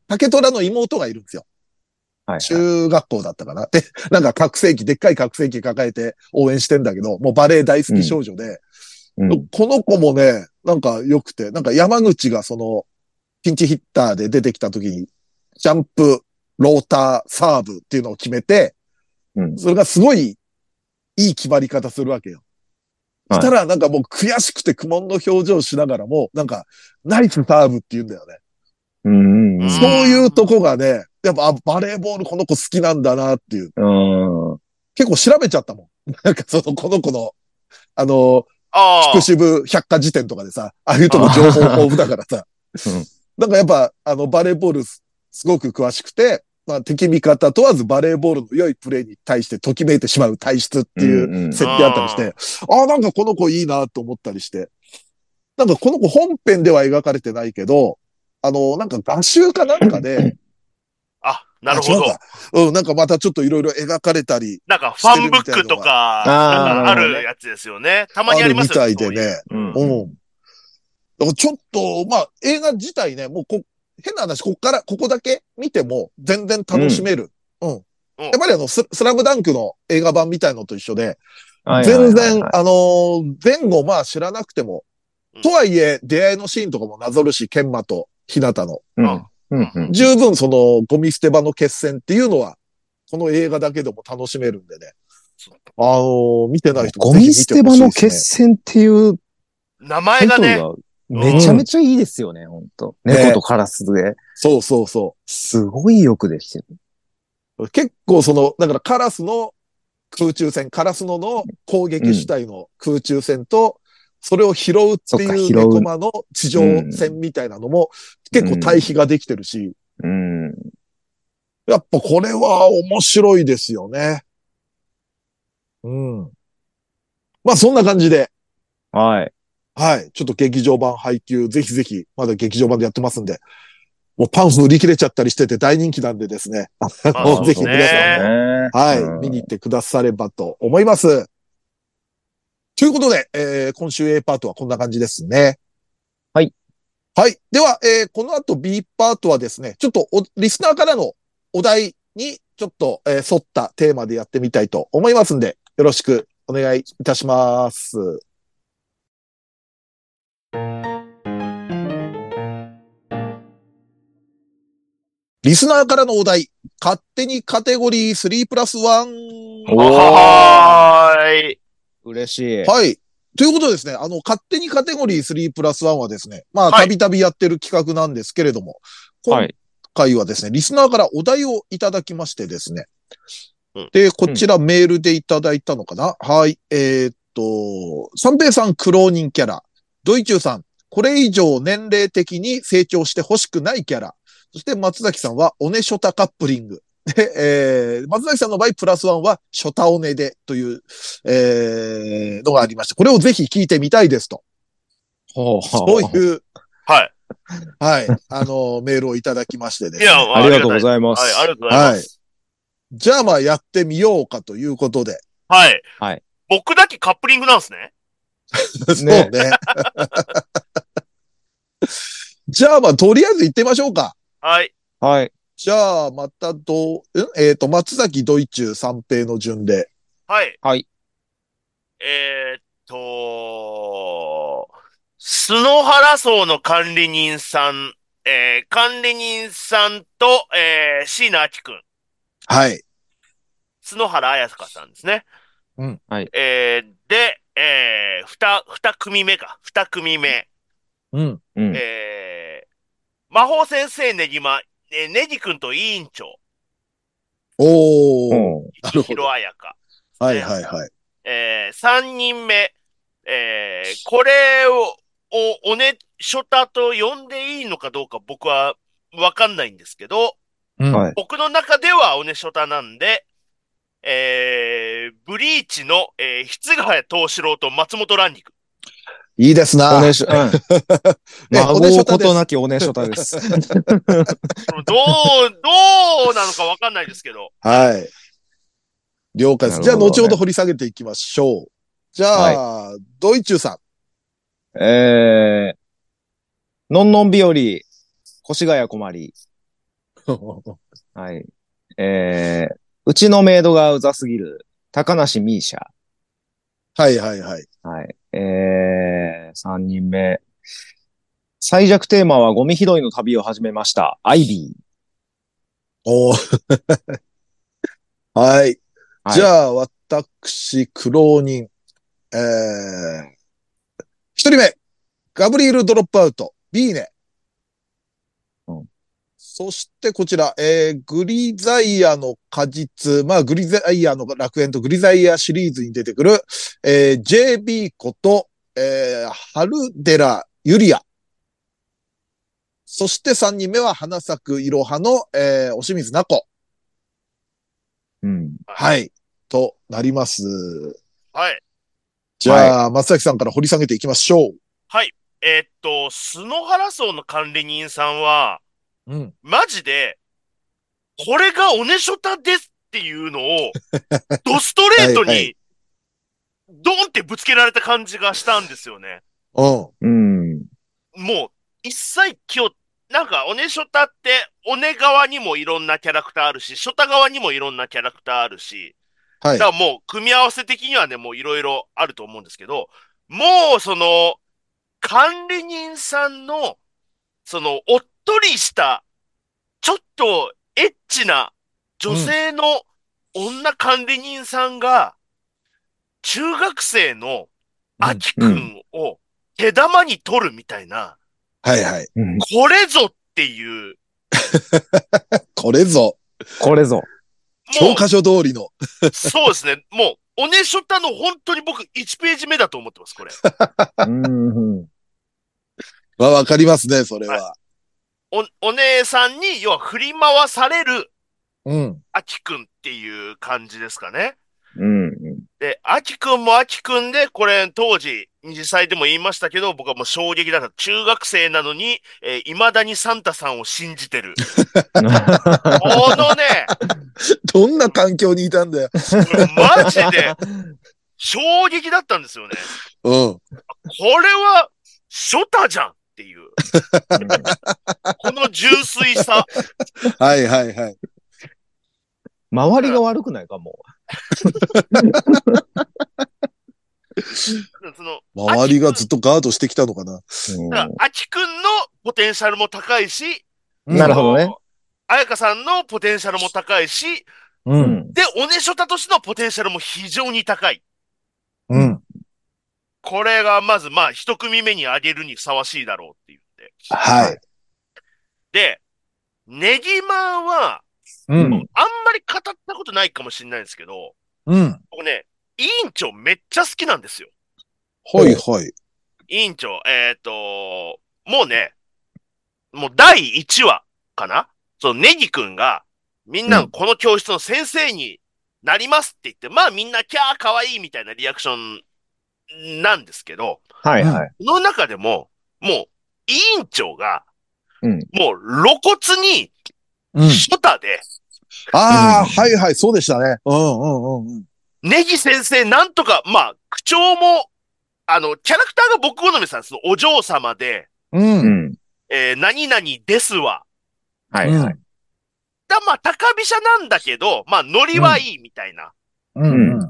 竹虎の妹がいるんですよ。
はい。
中学校だったかな。で、なんか覚醒器、でっかい覚醒器抱えて応援してんだけど、もうバレエ大好き少女で、
うん
この子もね、なんか良くて、なんか山口がその、ピンチヒッターで出てきた時に、ジャンプ、ローター、サーブっていうのを決めて、
うん。
それがすごいいい決まり方するわけよ。
はい
したらなんかもう悔しくて苦悶の表情しながらも、なんか、ナイスサーブって言うんだよね。
うんうんうん。
そういうとこがね、やっぱあバレーボールこの子好きなんだなっていう。
うん。
結構調べちゃったもん。 なんかその、この子の、あの、
ああ
福。祉部百科事典とかでさ、ああいうとこ情報豊富だから さ
うん。
なんかやっぱ、あの、バレーボールすすごく詳しくて、まあ、敵味方問わずバレーボールの良いプレーに対してときめいてしまう体質っていう
うんうん
設定あったりして、ああ、なんかこの子いいなと思ったりして。なんかこの子本編では描かれてないけど、あの、なんか画集かなんかで、
あ、なるほ
あ
ど
違う。かうん、なんかまたちょっといろいろ描かれたり、
なんか、ファンブックとか、
あー
なんかあるやつですよね。たまにありますよ
あるみたいで。ね。
うん
うん。だからちょっと、まあ、映画自体ね、もうこ、変な話、こっから、ここだけ見ても全然楽しめる。うん。
うん
やっぱりあのス、スラムダンクの映画版みたいのと一緒で、
はいはいはいはい
全然、あのー前後まあ知らなくても
うん、
とはいえ、出会いのシーンとかもなぞるし、研磨と日向の、
うんうんうん。
十分その、ゴミ捨て場の決戦っていうのは、この映画だけでも楽しめるんでね。あのー見てない人
ゴミ捨て場の
決
決戦っていう
名
タ
前
イ
が
トル
ね、
がめちゃめちゃいいですよね、ほんと。
ね
猫とカラスで。
そうそうそう。
すごいよくできてる。
結構その、だからカラスの空中戦、カラスのの攻撃主体の空中戦と、それを拾うって
そっか
い
拾
う
う
猫間の地上戦みたいなのも、
うん
結構対比ができてるし、
うん。
やっぱこれは面白いですよね。うん。まあそんな感じで、
はい。
はい。ちょっと劇場版配給、ぜひぜひ、まだ劇場版でやってますんで、もうパンフ売り切れちゃったりしてて大人気なんでですね。
まあ
もうぜひ皆さんも
ね
はい、
うん
見に行ってくださればと思います。ということで、えー今週 A パートはこんな感じですね。
はい。
はい。では、えーこの後 B パートはですね、ちょっとおリスナーからのお題にちょっと、えー沿ったテーマでやってみたいと思いますんで、よろしくお願いいたします。リスナーからのお題、勝手にカテゴリー3プラス1。
おー
はーい。
嬉しい。
はい。ということですね、あの、勝手にカテゴリー3プラス1はですね、まあ、
はい
たびたびやってる企画なんですけれども、
は
今
い。
回はですね、リスナーからお題をいただきましてですね
うん。
で、こちらメールでいただいたのかな、はい。えーっと、三平さん苦労人キャラ、ドイチューさん、これ以上年齢的に成長してほしくないキャラ、そして松崎さんはおねショタカップリング。で、えー、松崎さんの場合、プラスワンは、ショタオネでという、えー、のがありまして、これをぜひ聞いてみたいですと。
ほうほ
そういう、
はい。
はい、あの、メールをいただきましてです
い
ね。
や、
ありがとうご
い
ざいます。
はい、ありがとうございます。
じゃあまあやってみようかということで。
はい。
はい
僕だけカップリングなんですね。
そう ね。じゃあまあとりあえず行ってみましょうか。
はい。
はい。
じゃあまたどう、んえっ、と、松崎ドイチュー三平の順で。
はい。
はい。
えーっと、篠原荘の管理人さん、えー、管理人さんと、えー、椎名明くん、
はい。
篠原彩香さんですね。
うん
はい
えー、で、えー、二、二組目か。二組目。
うん。
うん。
えー、魔法先生ねぎま、えーねぎくんと委員長、
おー。
うん
なるほ
ひ
ど
ろ。あやか。
はいはいはい。
えー、三人目、えー、これを、お、おね、ショタと呼んでいいのかどうか僕はわかんないんですけど、
うん
はい
僕の中ではおねショタなんで、えー、ブリーチの、えー、筆ヶ谷東四郎と松本蘭肉。
いいですな。
お
ね
ねしょ、うん。
お
孫
ねしょ
う
た
こ
で
と
す。
なきおねしょたです。
どう、どうなのかわかんないですけど、
はい。了解です。
な
じゃ
る
あ
ほどね
後ほど掘り下げていきましょう。じゃあ、ドイチューさん。
えー、のんのんびより、越谷こまり。はい。えー、うちのメイドがうざすぎる、高梨ミーシャ。
はいはいはい。
はい。えー、三人目。最弱テーマはゴミ拾いの旅を始めました。アイビー。
おー はい。
はい
じゃあ、私、苦労人。えー、一人目、ガブリエル・ドロップアウト、ビーネ。
うん
そして、こちら、えー、グリザイアの果実、まあ、グリザイアの楽園とグリザイアシリーズに出てくる、えー、JB こと、えー、ハルデラ・ユリア。そして3人目は花咲くいろはの、えー、おしみずなこ。
うん。
はい。となります。
はい。
じゃあ、松崎さんから掘り下げていきましょう。
えーっと、篠原荘の管理人さんは、
うん。
マジで、これがオネショタですっていうの を、ドストレート
はいは
に、ドンってぶつけられた感じがしたんですよね。
うん。
うん。
もう、一切今日、なんか、オネショタって、オネ側にもいろんなキャラクターあるし、ショタ側にもいろんなキャラクターあるし、
はい
だ。からもう、組み合わせ的にはね、もういろいろあると思うんですけど、もう、その、管理人さんの、その、おっとりした、ちょっと、エッチな、女性の女管理人さんが、中学生の、あきくんを手玉に取るみたいな、
はいはい。
うん
これぞっていう、
これぞ、
これぞ。
も
教科書通りの。
う、そうですね、もう、オネショタの本当に僕1ページ目だと思ってます、これ。
うん。
まあ、わかりますね、それは。
お、お姉さんに、要は振り回される、
うん。
あきくんっていう感じですかね。
うん。
で、あきくんもあきくんで、これ当時、実際でも言いましたけど、僕はもう衝撃だった。中学生なのに、えー未だにサンタさんを信じてる。このね、
どんな環境にいたんだよ。
これマジで、衝撃だったんですよね。
うん。
これは、ショタじゃんっていう。この純粋さ。
はいはいはい。
周りが悪くないかも。
その、
周りがずっとガードしてきたのかな。
うん
だから、アキくんのポテンシャルも高いし、
なるほどね。
あやかさんのポテンシャルも高いし、
う。
うんん。
で、おねしょたとしのポテンシャルも非常に高い。
うん。
これがまず、まあ、一組目に挙げるにふさわしいだろうっていうんで。
はい。
で、ネギマンは、
う
あ
ん
ん。まり語ったことないかもしれないんですけど、
うん。
僕ね、委員長めっちゃ好きなんですよ。
はいはい。
委員長、えっ、と、もうね、もう第1話かなそのネギくんが、みんなこの教室の先生になりますって言って、まあみんなキャー可愛いみたいなリアクションなんですけど、
はいはい。
その中でも、もう委員長が、
うん
もう露骨に、
うん。
ショタで、
ああ、はいはい、そうでしたね。うんうんうんうん。
ネギ先生なんとか、まあ、口調も、あの、キャラクターが僕好みさんです。そのお嬢様で、
うん。
うん。
えー何々ですわ。
はいはい。
だ、まあ、高飛車なんだけど、まあ、ノリはいいみたいな。
うん。
っ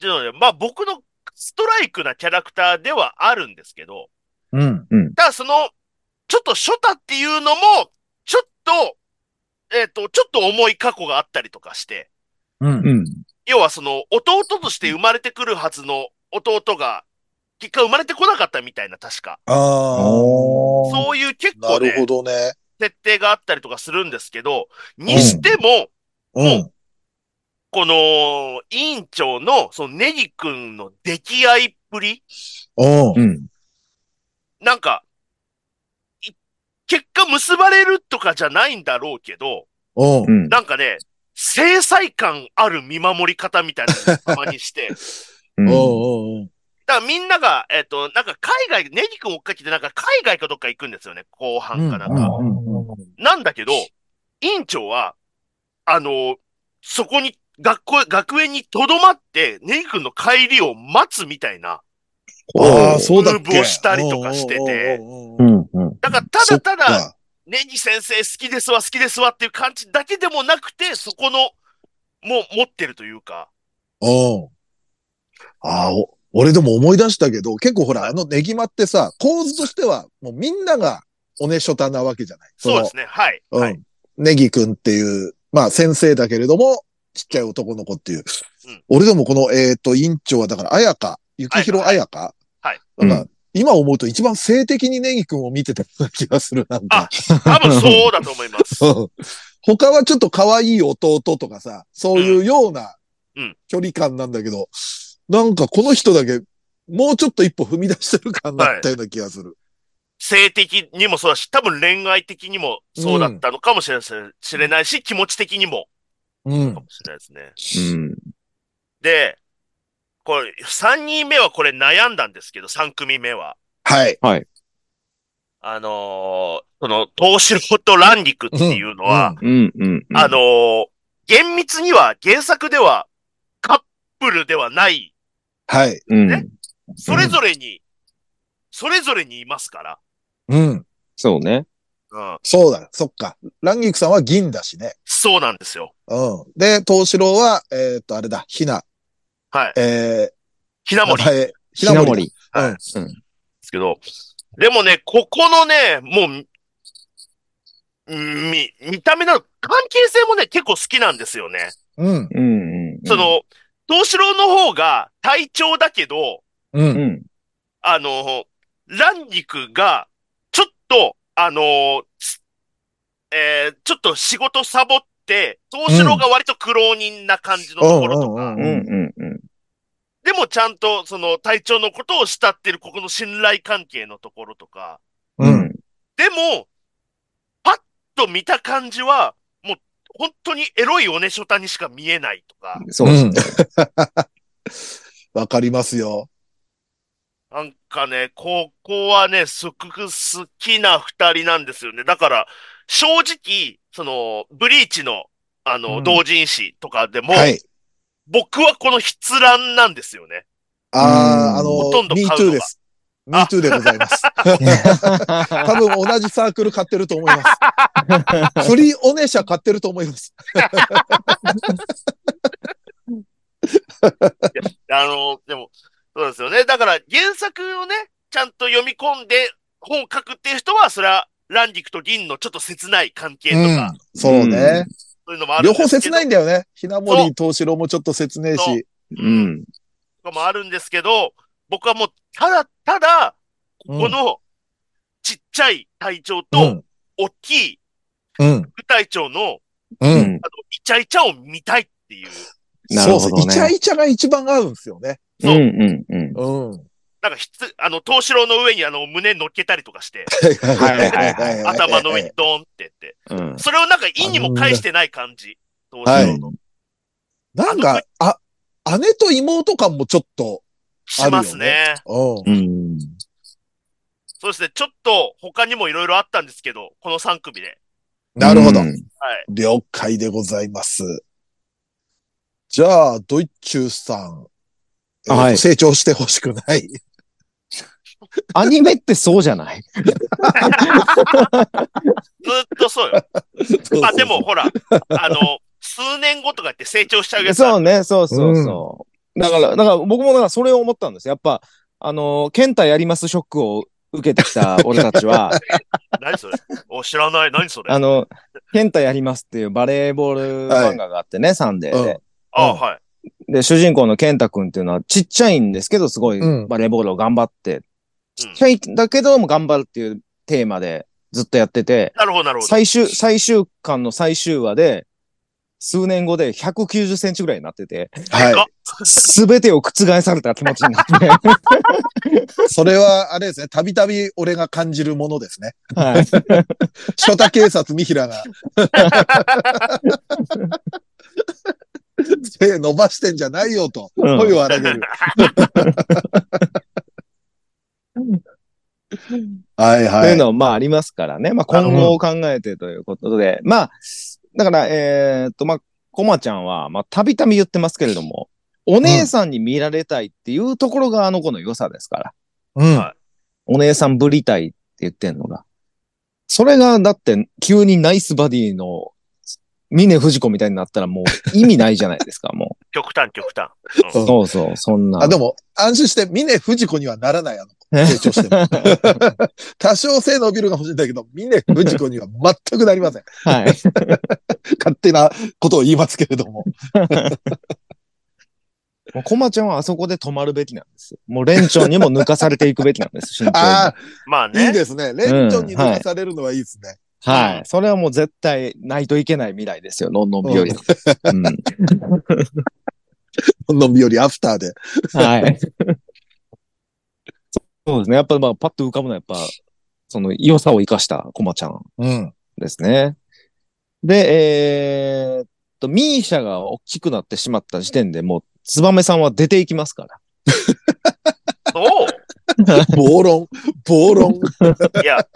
ていうのでまあ、僕のストライクなキャラクターではあるんですけど、
うん。
ただその、ちょっとショタっていうのも、ちょっと、えっ、と、ちょっと重い過去があったりとかして、
うん。
うん。
要はその、弟として生まれてくるはずの弟が、結果生まれてこなかったみたいな、確か。
ああ。
そういう結
な
構
るほ
ね、
どね。
設定があったりとかするんですけど、にしても、
うん。
この、委員長の、そのネギくんの出来合いっぷり
うん。
うん。
なんか、い結果結ばれるとかじゃないんだろうけど、
うん
う。ん。
なんかね、制裁感ある見守り方みたいなのをたまに して、
うん。
う
うん。
だからみんなが、えっ、と、なんか海外、ネギくん追っかけてなんか海外かどっか行くんですよね、後半かなんか。なんだけど、委員長は、あのそこに、学校、学園に留まって、ネギくんの帰りを待つみたいな、
ああ、そうだっ
ムーブ
け。
をしたりとかしてて
うん。うんうんうん
ん。うん。
だからただた
そっ
だ、
か
ネギ先生好きですわ、好きですわっていう感じだけでもなくて、そこの、もう持ってるというか。
うん。ああ、お俺でも思い出したけど、結構ほら、あのネギマってさ、構図としては、もうみんながおねしょたなわけじゃない。
そうで
の
すね。はい。は
う
い。
ん。ネギくんっていう、まあ先生だけれども、ちっちゃい男の子っていう。
うん
俺でもこの、えっ、と、委員長はだから、彩香、幸広彩香。
はい
なんか、
う
今思うと一番性的にネギくんを見てたような気がする、なんか。
多分そうだと思います。
うん他はちょっと可愛い弟とかさ、そういうような
うんうん
距離感なんだけど、なんかこの人だけ、もうちょっと一歩踏み出してる感だったような気がする。
性的にもそうだし、多分恋愛的にもそうだったのかもしれないし、知れないし、気持ち的にも
うん
か。もしれないですね。
うん。
で、これ、3人目はこれ悩んだんですけど、3組目は。
はい。
あのーその、東城と乱陸っていうのは、
うん。うん。
あのー厳密には原作ではカップルではない、
はい。
うん。
それぞれに、それぞれにいますから。
うん。
そうね。
うん。
そうだ。そっか。ランギクさんは銀だしね。
そうなんですよ。
うん。で、東四郎は、えっ、と、あれだ、ひな。
はい。
え
ひな
ー、
もり
名
で
前、ひ
ひなもり。
だ。
はい
うん。
すけど。でもね、ここのね、もう、んみ、見た目の関係性もね、結構好きなんですよね。
うん。
うん。うん。
そ、の、東四郎の方が隊長だけど、
う。
うんん。
あのー、乱陸が、ちょっと、あのー、つえーちょっと仕事サボって、東四郎が割と苦労人な感じのところとか、
うん
うん。うん。うん。
でもちゃんとその隊長のことを慕ってるここの信頼関係のところとか、
う。
うんん。
でも、パッと見た感じは、もう本当にエロいおねしょたにしか見えないとか、
そうですね。
わかりますよ。
なんかね、ここはね、すごく好きな二人なんですよね。だから、正直、その、ブリーチの、あの、
うん
同人誌とかでも、
はい。
僕はこの筆乱なんですよね。
あ
うん
あ、あの
ほとん、ど買うの
Me
が
Too です。 MeToo でございます。多分同じサークル買ってると思います。フリーオネシャ買ってると思います。
あの、でも、そうですよね。だから、原作をね、ちゃんと読み込んで、本を書くっていう人は、それは、ランディクと銀のちょっと切ない関係とか、
そうね。
そういうのもあるん
両
ですけど。
方切ないんだよね。ひなもり、東四郎もちょっと切ねえ
そう
し。
うん。
とかもあるんですけど、僕はもう、ただ、ただ、
うん
この、ちっちゃい隊長
う
と、
ん
大きい
うん。
副隊長の、あの、
う。
うんん。
イチャイチャを見たいっていう、
なるほどね
そうそう。イチャイチャが一番合うんですよね。
うん。うん。うん。
うん。。
なんかひつ、あの、東四郎の上にあの、胸乗っけたりとかして、
はいはいはい
頭の上にドーンってやって、
うん。
それをなんか意にも返してない感じ。東
は
四
い
郎の。
なんか、あ、姉と妹感もちょっと、
しますね。
うん。
うん。
そうですね。ちょっと他にもいろいろあったんですけど、この3組で。
なるほど
う。ん
はい。
了解でございます。じゃあ、ドイッチューさん。えーと
はい
成長してほしくない。
アニメってそうじゃない
ずっとそうよ。あ、でも
そうそうそう、
ほら、あの、数年後とかって成長しちゃうやつある。
そうね、そうそうそう。だから、だから僕もだからそれを思ったんですよやっぱ、あの、ケンタやりますショックを受けてき た俺たちは、
何それお、知らない。何それ
あの、ケンタやりますっていうバレーボール漫画があってね、サンデーで。
あ、はい。
で、主人公のケンタ君っていうのはちっちゃいんですけど、すごい
うん
バレーボールを頑張って、ちっちゃいんだけども頑張るっていうテーマでずっとやってて、
なるほど、なるほど。
最終、最終巻の最終話で、数年後で190センチぐらいになってて、
は
すべてを覆された気持ちになって、
い。それは、あれですね。たびたび俺が感じるもの ですね。
はい。
初太警察三平 が。手伸ばしてんじゃないよと、
うん
声を荒 げる。はい
と
は
いう
い。
のはまあありますからね。まあ今後を考えてということで。まあ、だから、えーっと、まあ、コマちゃんは、まあ、たびたび言ってますけれども、お姉さんに見られたいっていうところがあの子の良さですから。
うん。
お姉さんぶりたいって言ってんのが。それが、だって、急にナイスバディの、峰不二子みたいになったらもう意味ないじゃないですか、も
極端、極端。
う。 そうそう、そんな。
あ、でも、安心して、峰不二子にはならない、あの子、
ね
成長して も。多少背伸びるが欲しいんだけど、峰不二子には全くなりません。
はい。
勝手なことを言いますけれども。
もうコマちゃんはあそこで止まるべきなんですよ。もう連長にも抜かされていくべきなん です、身長に
あ
まあ
あ、いい
ね。
ですね。レンチョンに抜かされるのはいいですね。
はい。それはもう絶対ないといけない未来ですよ、のんのんびより。うん。
のんびよりアフターで。
はい。 そうですね。やっぱ、まあ、パッと浮かぶのは、やっぱ、その良さを生かしたコマちゃん
うん。
ですね。で、えーっと、ミーシャが大きくなってしまった時点でもう、ツバメさんは出ていきますから。
そう。
暴論、暴論。
いや、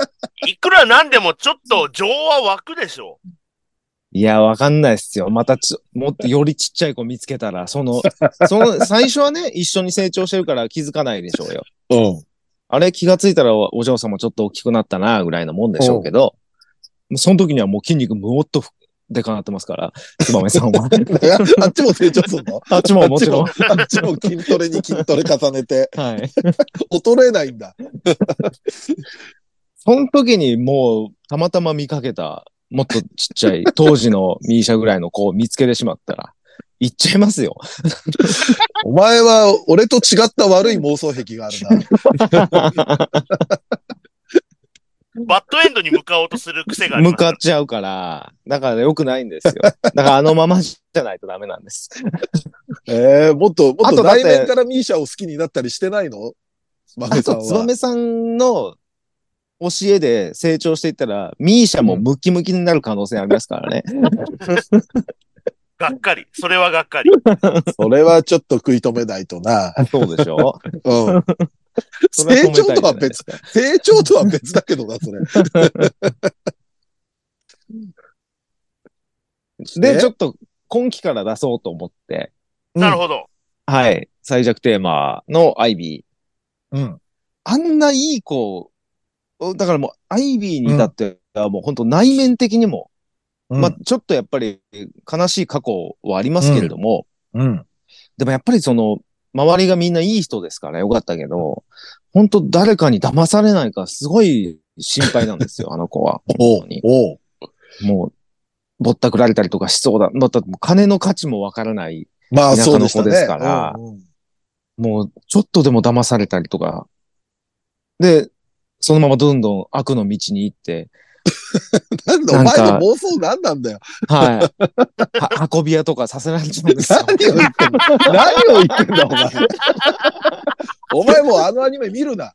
いくらなんでもちょっと情は湧くでしょ
いや、わかんないっすよ。またち、もっとよりちっちゃい子見つけたら、その、その、最初はね、一緒に成長してるから気づかないでしょうよ。
うん。
あれ気がついたらおお嬢様ちょっと大きくなったな、ぐらいのもんでしょうけど、その時にはもう筋肉むおっとふでかなってますから、つばめさんは。
あっちも成長するの
あっちももちろん。は
あっちも筋トレに筋トレ重ねて、
い。
衰えないんだ。
その時にもう、たまたま見かけた、もっとちっちゃい、当時のミーシャぐらいの子を見つけてしまったら、行っちゃいますよ。
お前は俺と違った悪い妄想癖があるな。
バッドエンドに向かおうとする癖があります
向かっちゃうから、だから良くないんですよ。 だからあのままじゃないとダメなんです。
ええもっと、もっ
あ
と
とだって
内面からミーシャを好きになったりしてないのマ
あ
メさん
と、つば
は。
めさんの教えで成長していったら、ミーシャもムキムキになる可能性ありますか らね。
がっかり。それはがっかり。
それはちょっと食い止めないとな。
そうでしょ
うん。
それ
成
は止めたい
長とは別、成長とは別だけどな、それ。
で、
ね
ちょっと今期から出そうと思って、
うん
なるほど。
はい、最弱テーマのアイビ
うん。
あんないい子、だからもう、アイビーにだってはもう本当内面的にも、
うん
まあ、ちょっとやっぱり悲しい過去はありますけれども、
うん。
でもやっぱりその、周りがみんないい人ですからよかったけど、本当誰かに騙されないかすごい心配なんで すよ、あの子は。
お
本当に
お
もう、ぼったくられたりとかしそうだ。だってもう金の価値もわからない。
まあ、
田
そ
舎
うで
の
した
子
ね。
ですから
うんうん
もう、ちょっとでも騙されたりとか。で、そのままどんどん悪の道に行って、
なんでお
な
前
んか
の妄想何なん だよ。
はい。 は運び屋とかさせられちゃうんですよ。
何を言ってんだ何を言ってんだ、お前。お前もうあのアニメ見るな。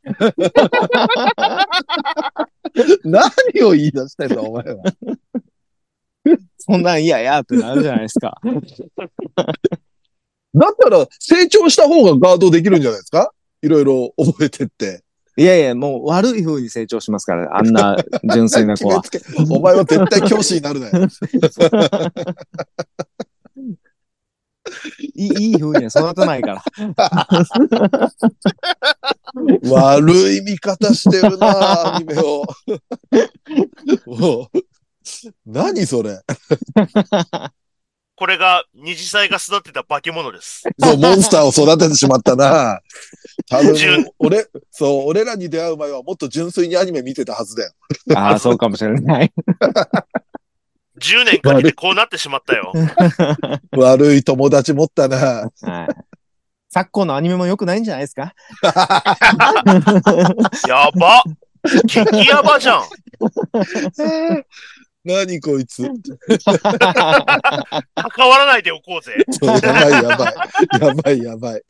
何を言い出してんだ、お前は。
そんなん嫌やってなるじゃないですか。
だったら、成長した方がガードできるんじゃないですかいろいろ覚えてって。
いやいや、もう悪い風に成長しますから、あんな純粋な
決
子
め
は。
つけ。お前は絶対教師になるなよ。
いいい い風には育たないから。
悪い見方してるな、 アニメを。おう何それ
これが二次祭が育てた化け物です。
そう、モンスターを育ててしまったな。多
純
分、俺、そう、俺らに出会う前はもっと純粋にアニメ見てたはずだよ。
ああ、そうかもしれない。
10年かけてこうなってしまったよ。
悪い友達持ったな。
はい。昨今のアニメも良くないんじゃないですか
やば激ヤバじゃん
何こいつ。
関わらないでおこうぜ
そうやばいやばい。やばいやばい。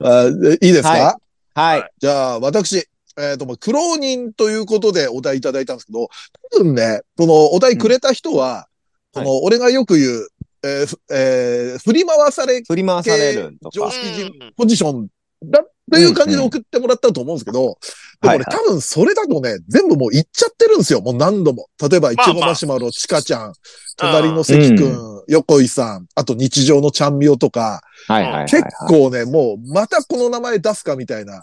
あでいいですか、
はいはい。
じゃあ、私、えっ、と、まあ、苦労人ということでお題いただいたんですけど、多分ね、そのお題くれた人は、
うん
その、俺がよく言う、えーふえー振り回され
振り回されると
常
か。
識人
うん
ポジションだっていう感じで送ってもらったと思うんですけど、でも
はい
俺、多分それだとね、全部もう言っちゃってるんですよ、もう何度も。例えば、い
まあ
ちごマシュマロ、チカちゃん、隣の関くん、横井さん、あと日常のちゃんみおとか、
はいはいはいはい。
結構ね、もうまたこの名前出すかみたいな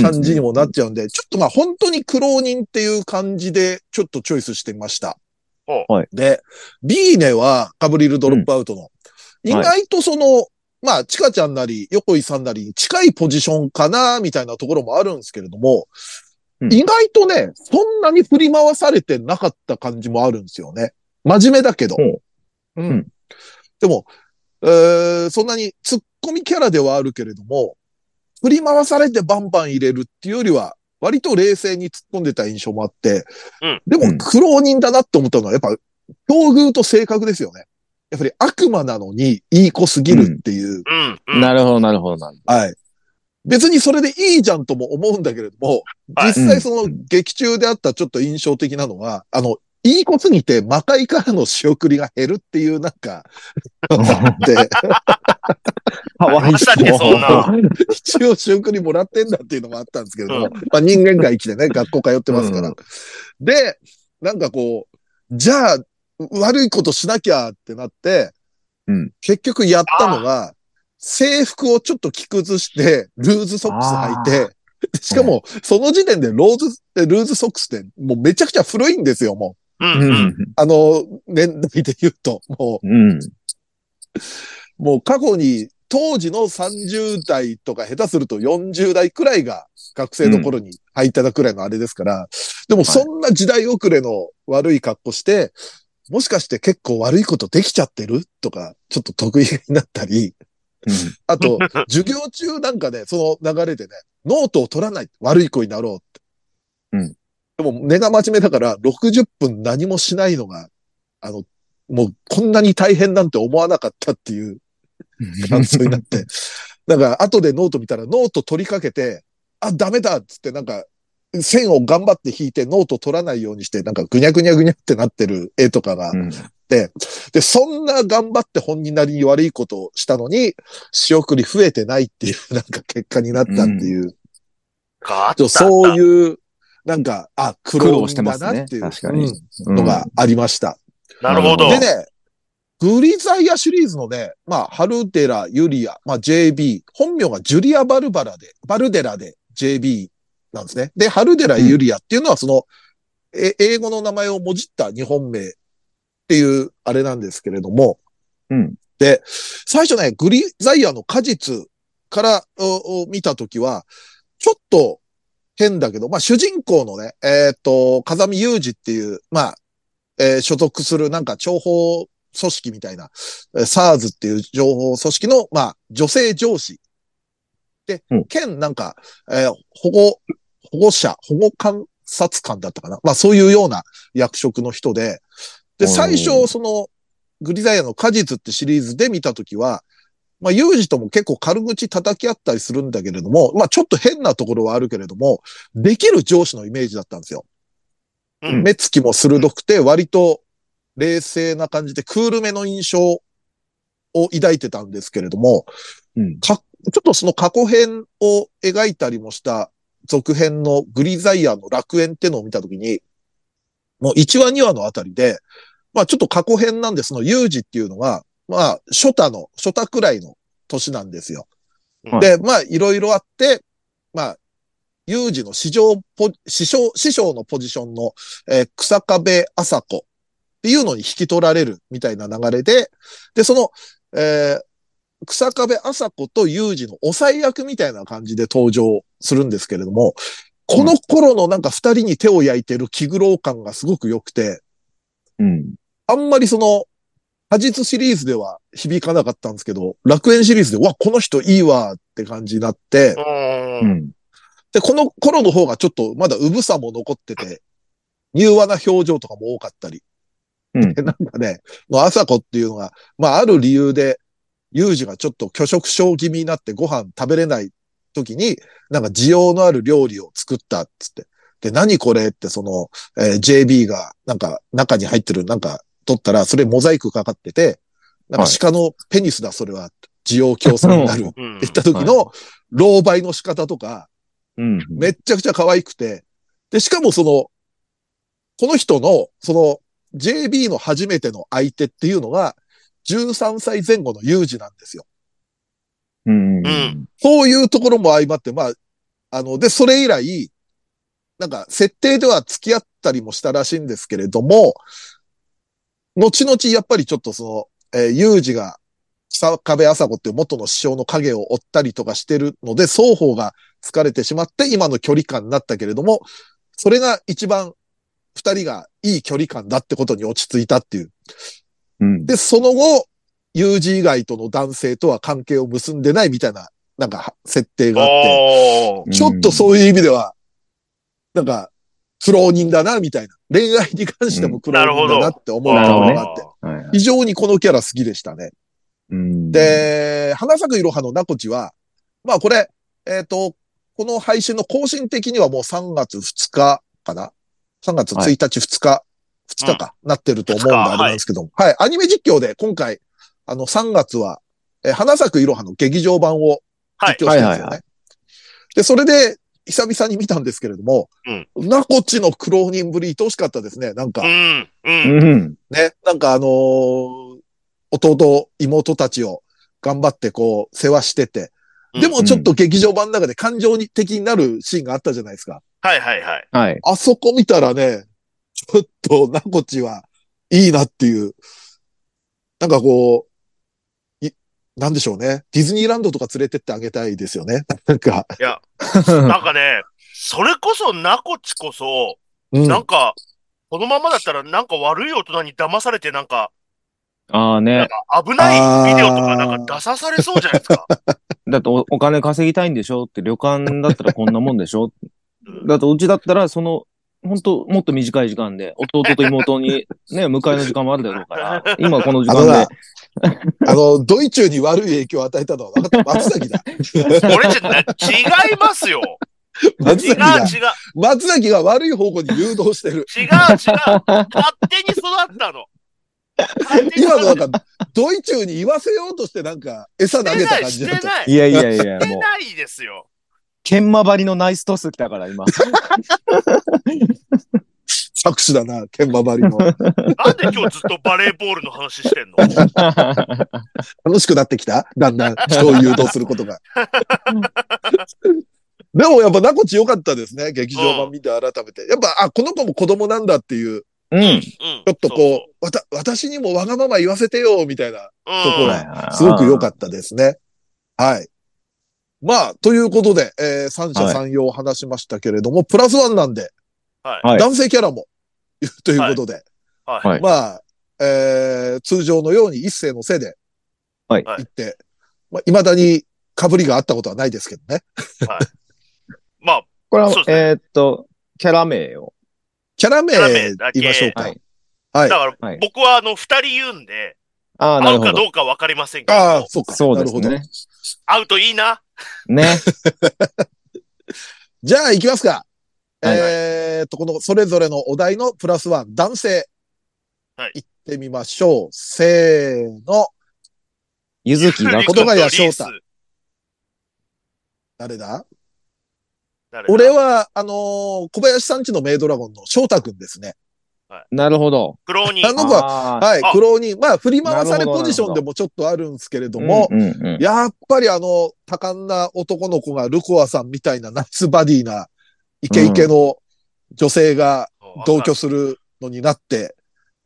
感じにもなっちゃうんで、ちょっとまあ本当に苦労人っていう感じでちょっとチョイスしてみました。
ほ
うはい
で、ビーネはカブリルドロップアウトの。
うん
意外とその、まあ、チカちゃんなり、横井さんなりに近いポジションかな、みたいなところもあるんですけれども、
うん
意外とね、そんなに振り回されてなかった感じもあるんですよね。真面目だけど。
ほ
うん
うん
でも、えーそんなに突っ込みキャラではあるけれども、振り回されてバンバン入れるっていうよりは、割と冷静に突っ込んでた印象もあって、
うん
で
う
も
ん
苦労人だなって思ったのは、やっぱ、境遇と性格ですよね。やっぱり悪魔なのにいい子すぎるっていう、
うん、うん。
なるほど、なるほど、なる
はい。別にそれでいいじゃんとも思うんだけれども、
はい
実際その劇中であったちょっと印象的なのは、あの、いい子すぎて魔界からの仕送りが減るっていうなんか、あ って、
ほど。
ありましたっけそん な
一応仕送りもらってんだっていうのもあったんですけれども、
う
まあ人間界一でね、学校通ってますから。
うん
で、なんかこう、じゃあ、悪いことしなきゃってなって、
うん
結局やったのが、制服をちょっと着崩して、ルーズソックス履いて、しかも、その時点でローズ、ルーズソックスって、もうめちゃくちゃ古いんですよ、も
う、
うん
うん。
ん。
う。あの、年代で言うと、もう、
うん。
もう過去に当時の30代とか下手すると40代くらいが学生の頃に履いてたくらいのあれですから、でもそんな時代遅れの悪い格好して、もしかして結構悪いことできちゃってるとか、ちょっと得意になったり、 あと、授業中なんかね、その流れでね、ノートを取らない、悪い子になろうって。
うん
でも、根が真面目だから、60分何もしないのが、あの、もうこんなに大変なんて思わなかったっていう 感想になって。なんか、後でノート見たら、ノート取りかけて、あ、ダメだっつって、なんか、線を頑張って引いて、ノート取らないようにして、なんか、ぐにゃぐにゃぐにゃってなってる絵とかがあ
うん
って、で、そんな頑張って本人なりに悪いことをしたのに、仕送り増えてないっていう、なんか結果になったっていう、
ガッ
ちょそういう、なんか、あ、苦
苦
労
労し
しててま
ます
すね
ね
ってい。う
確かに。
うんのがありました。
なるほど。
でね、ブリザイアシリーズのね、まあ、ハルデラ、ユリア、まあ、JB、本名がジュリア・バルバラで、バルデラで JB なんですね。で、ハルデラ、
うん
ユリアっていうのはその、え英語の名前をもじった日本名っていうあれなんですけれども、
うん。
で、最初ね、グリザイアの果実からおお見たときは、ちょっと変だけど、まあ主人公のね、えっ、と、風見雄二っていう、まあ、えー所属するなんか情報組織みたいな、えー SARS っていう情報組織の、まあ、女性上司。で
うん、
県なんか、えー保護、保護者、保護観察官だったかな。まあそういうような役職の人で、で、
おー
最初、その、グリザイアの果実ってシリーズで見たときは、まあ、ユージとも結構軽口叩き合ったりするんだけれども、まあ、ちょっと変なところはあるけれども、できる上司のイメージだったんですよ。
うん
目つきも鋭くて、割と冷静な感じで、クールめの印象を抱いてたんですけれども、
うん
かちょっとその過去編を描いたりもした続編のグリザイアの楽園ってのを見たときに、もう1話2話のあたりで、まあちょっと過去編なんで、そのユージっていうのが、まあ初太の、初太くらいの年なんですよ。
はい
で、まあいろいろあって、まあ、ユージの市場ポ、師匠、師匠のポジションの、えー草壁朝子っていうのに引き取られるみたいな流れで、で、その、えー草壁朝子とユージの抑え役みたいな感じで登場するんですけれども、この頃のなんか二人に手を焼いてる気苦労感がすごく良くて、
うん。
あんまりその、果実シリーズでは響かなかったんですけど、楽園シリーズで、うわ、この人いいわって感じになって、
う。
うんん。
で、この頃の方がちょっとまだうぶさも残ってて、柔和な表情とかも多かったり。
うん
で、なんかね、の朝子っていうのが、まあある理由で、ユージがちょっと拒食症気味になってご飯食べれない時に、なんか需要のある料理を作ったっつって。で、何これってその、えー JB がなんか中に入ってるなんか取ったら、それモザイクかかってて、なんか鹿のペニスだ、それは。需要競争になる。って
うん
言った時の、狼狽の仕方とか、
うん。
めっちゃくちゃ可愛くて、で、しかもその、この人の、その、JB の初めての相手っていうのが、13歳前後のユージなんですよ。
うん。
うん
そういうところも相まって、まあ、あの、で、それ以来、なんか、設定では付き合ったりもしたらしいんですけれども、後々やっぱりちょっとその、えーユージが、草壁朝子っていう元の師匠の影を追ったりとかしてるので、双方が疲れてしまって、今の距離感になったけれども、それが一番二人がいい距離感だってことに落ち着いたっていう。
うん。
で、その後、ユージ以外との男性とは関係を結んでないみたいな、なんか、設定があって。
おー
ちょっとそういう意味では、なんか、苦労人だな、みたいな。恋愛に関しても苦労
なるほ
人
ど
だなって思うところがあって。
はいはい
非常にこのキャラ好きでしたね。
うん、
で、花咲くいろはのなこちは、まあこれ、えっ、と、この配信の更新的にはもう3月2日かな ?3 月1日2日、2日か、なってると思うんで
二日
あれなんですけども。はい、アニメ実況で今回、あの3月は、えー花咲くいろはの劇場版を
はい
実況してるんですよね。
はいはいは
で、それで、久々に見たんですけれども、なこちの苦労人ぶり愛おしかったですね。なんか、
うん。う。
うんん。
ね、なんかあのー弟、妹たちを頑張ってこう、世話してて、でもちょっと劇場版の中で感情的になるシーンがあったじゃないですか。
はいはいはい。
はい。
あそこ見たらね、ちょっと、なこちはいいなっていう、なんかこう、いなんでしょうね。ディズニーランドとか連れてってあげたいですよね。 なんか、
なんかね、それこそナコチこそ、
うん
なんか、このままだったらなんか悪い大人に騙されてなんか、
ああ
なん
ね。
か危ないビデオとかなんか出さされそうじゃないです か。
だっておお金稼ぎたいんでしょって旅館だったらこんなもんでしょだってうちだったらその、本当もっと短い時間で、弟と妹にね、迎えの時間もあるだろうから、今この時間
あの
で
な。あの、ドイツに悪い影響を与えたのは分かった。松崎だ。
これじゃな、違いますよ。
松
違う違う
崎。が、
違う
松崎が悪い方向に誘導してる。
違う。勝手に育ったの。勝手に
今
育
の
った
なんか、ドイツに言わせようとしてなんか、餌投げた感じ
して
だ
な
っ
い、して
た。
ない。
い
し
やいやいや、
て
もう、
ないですよ。
研磨張りのナイストス来たから今。
作詞だな、剣馬張りの。
なんで今日ずっとバレーボールの話してんの
楽しくなってきただんだん人を誘導することが。でもやっぱ、ナコチ良かったですね。劇場版見て改めて。やっぱ、あ、この子も子供なんだって いう、
う。
うんん
ちょっとこう、わた、私にもわがまま言わせてよ、みたいな、
う
こ
ん。
ろすごく良かったですね。はい。まあ、ということで、えー三者三様話しましたけれども、プラスワンなんで、
はい。
はい。
男性キャラも、ということで、
はい。
はい
まあ、えー通常のように一世のせいで、
はい
行って、まあ、未だに被りがあったことはないですけどね。
まあ、
これは
そう、ですね
えーっと、キャラ名を。
キャラ名
キャラ名だけ
言いましょうか。
はい。
は
だ
い。
から
はい。
僕はあの、二人言うんで、
ああ、な
合
る
う
ほ
か
ど。
どうかわかりませんけ
ああ
ど、、
そうか。
そうです
なるほど。
ね。
合うといいな。
ね。
じゃあ、行きますか。
はい
えーっと、このそれぞれのお題のプラスワン、男性。
はい
行ってみましょう。せーの。
ゆずきが
リコ
こ
と
とがや翔
リース
太誰だ
誰だ
俺は、あのー小林さんちのメイドラゴンの翔太くんですね。
なるほど。
クローニー
あの子は、
あ
はい
あ、
苦労人。まあ、振り回さ
な
れ
るほど
ポジションでもちょっとあるんですけれども、
うんうんうん
やっぱりあの、多感な男の子がルコアさんみたいなナイスバディな、イケイケの女性が同居するのになって、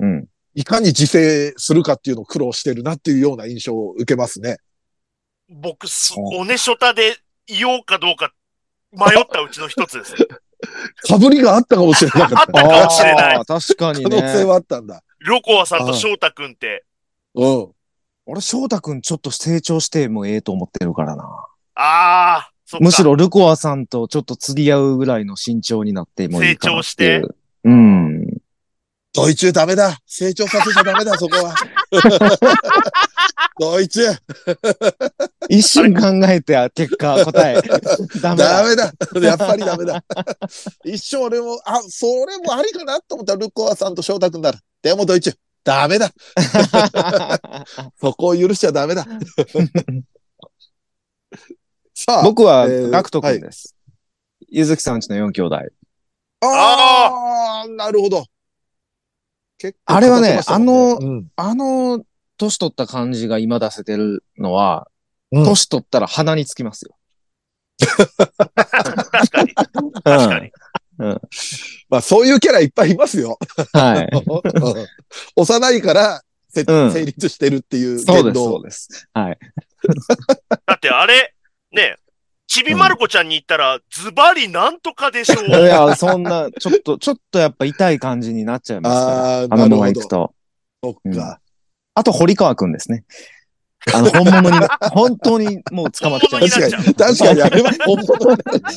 うん。
いかに自制するかっていうのを苦労してるなっていうような印象を受けますね。
僕、すおねしょたで言おうかどうか迷ったうちの一つ です。
かぶりがあったかもしれなか
あ
っ。
ったたかもしれない。
ああ確かに
可能性
ね。
はあったんだ。
ロコアさんと翔太くんって、
うん。
俺、翔太くんちょっと成長してもええと思ってるからな。
ああ、そっか
むしろルコアさんとちょっと釣り合うぐらいの身長になってもいいかなっていう。
成
長して。うん。
ドイ中ダメだ。成長させちゃダメだ、そこ は。ドイ中、
一瞬考えて、あ結果、答 え。ダ
ダ
メだ。
メだ。 やっぱりダメだ。一生俺も、あ、それもありかなと思ったら、ルコアさんと翔太くんなら。でもドイツ、ダメだ。そこを許しちゃダメだ。さあ、
僕は、
えー
ガクトくんです。ゆずきさんちの4兄弟。
あーなるほど。結構
あれは
戦って
ね
ましたもん
あの、年取った感じが今出せてるのは、
うん
年取ったら鼻につき ますよ。
確かに。
確
確かに。。
まあそういうキャラいっぱいいますよ。
はい。
幼いから、せ
うん
成立してるっていう
そう
言
です、そ
動
う。です。はい。
だってあれ、ね、ちびまる子ちゃんに言ったら、ズバリなんとかでしょ。
いうや、そんな、ちょっと、ちょっとやっぱ痛い感じになっちゃいますから。
ああー、
あ
な
の
る
まま
ほ
行
ど。
く
そ
と。
っか。
あと、堀川くんですね。あの、本物 に、本当にもう捕まっちゃう。
本物
確か
なっ
に
ちゃう、
確かに、あれは本物だよな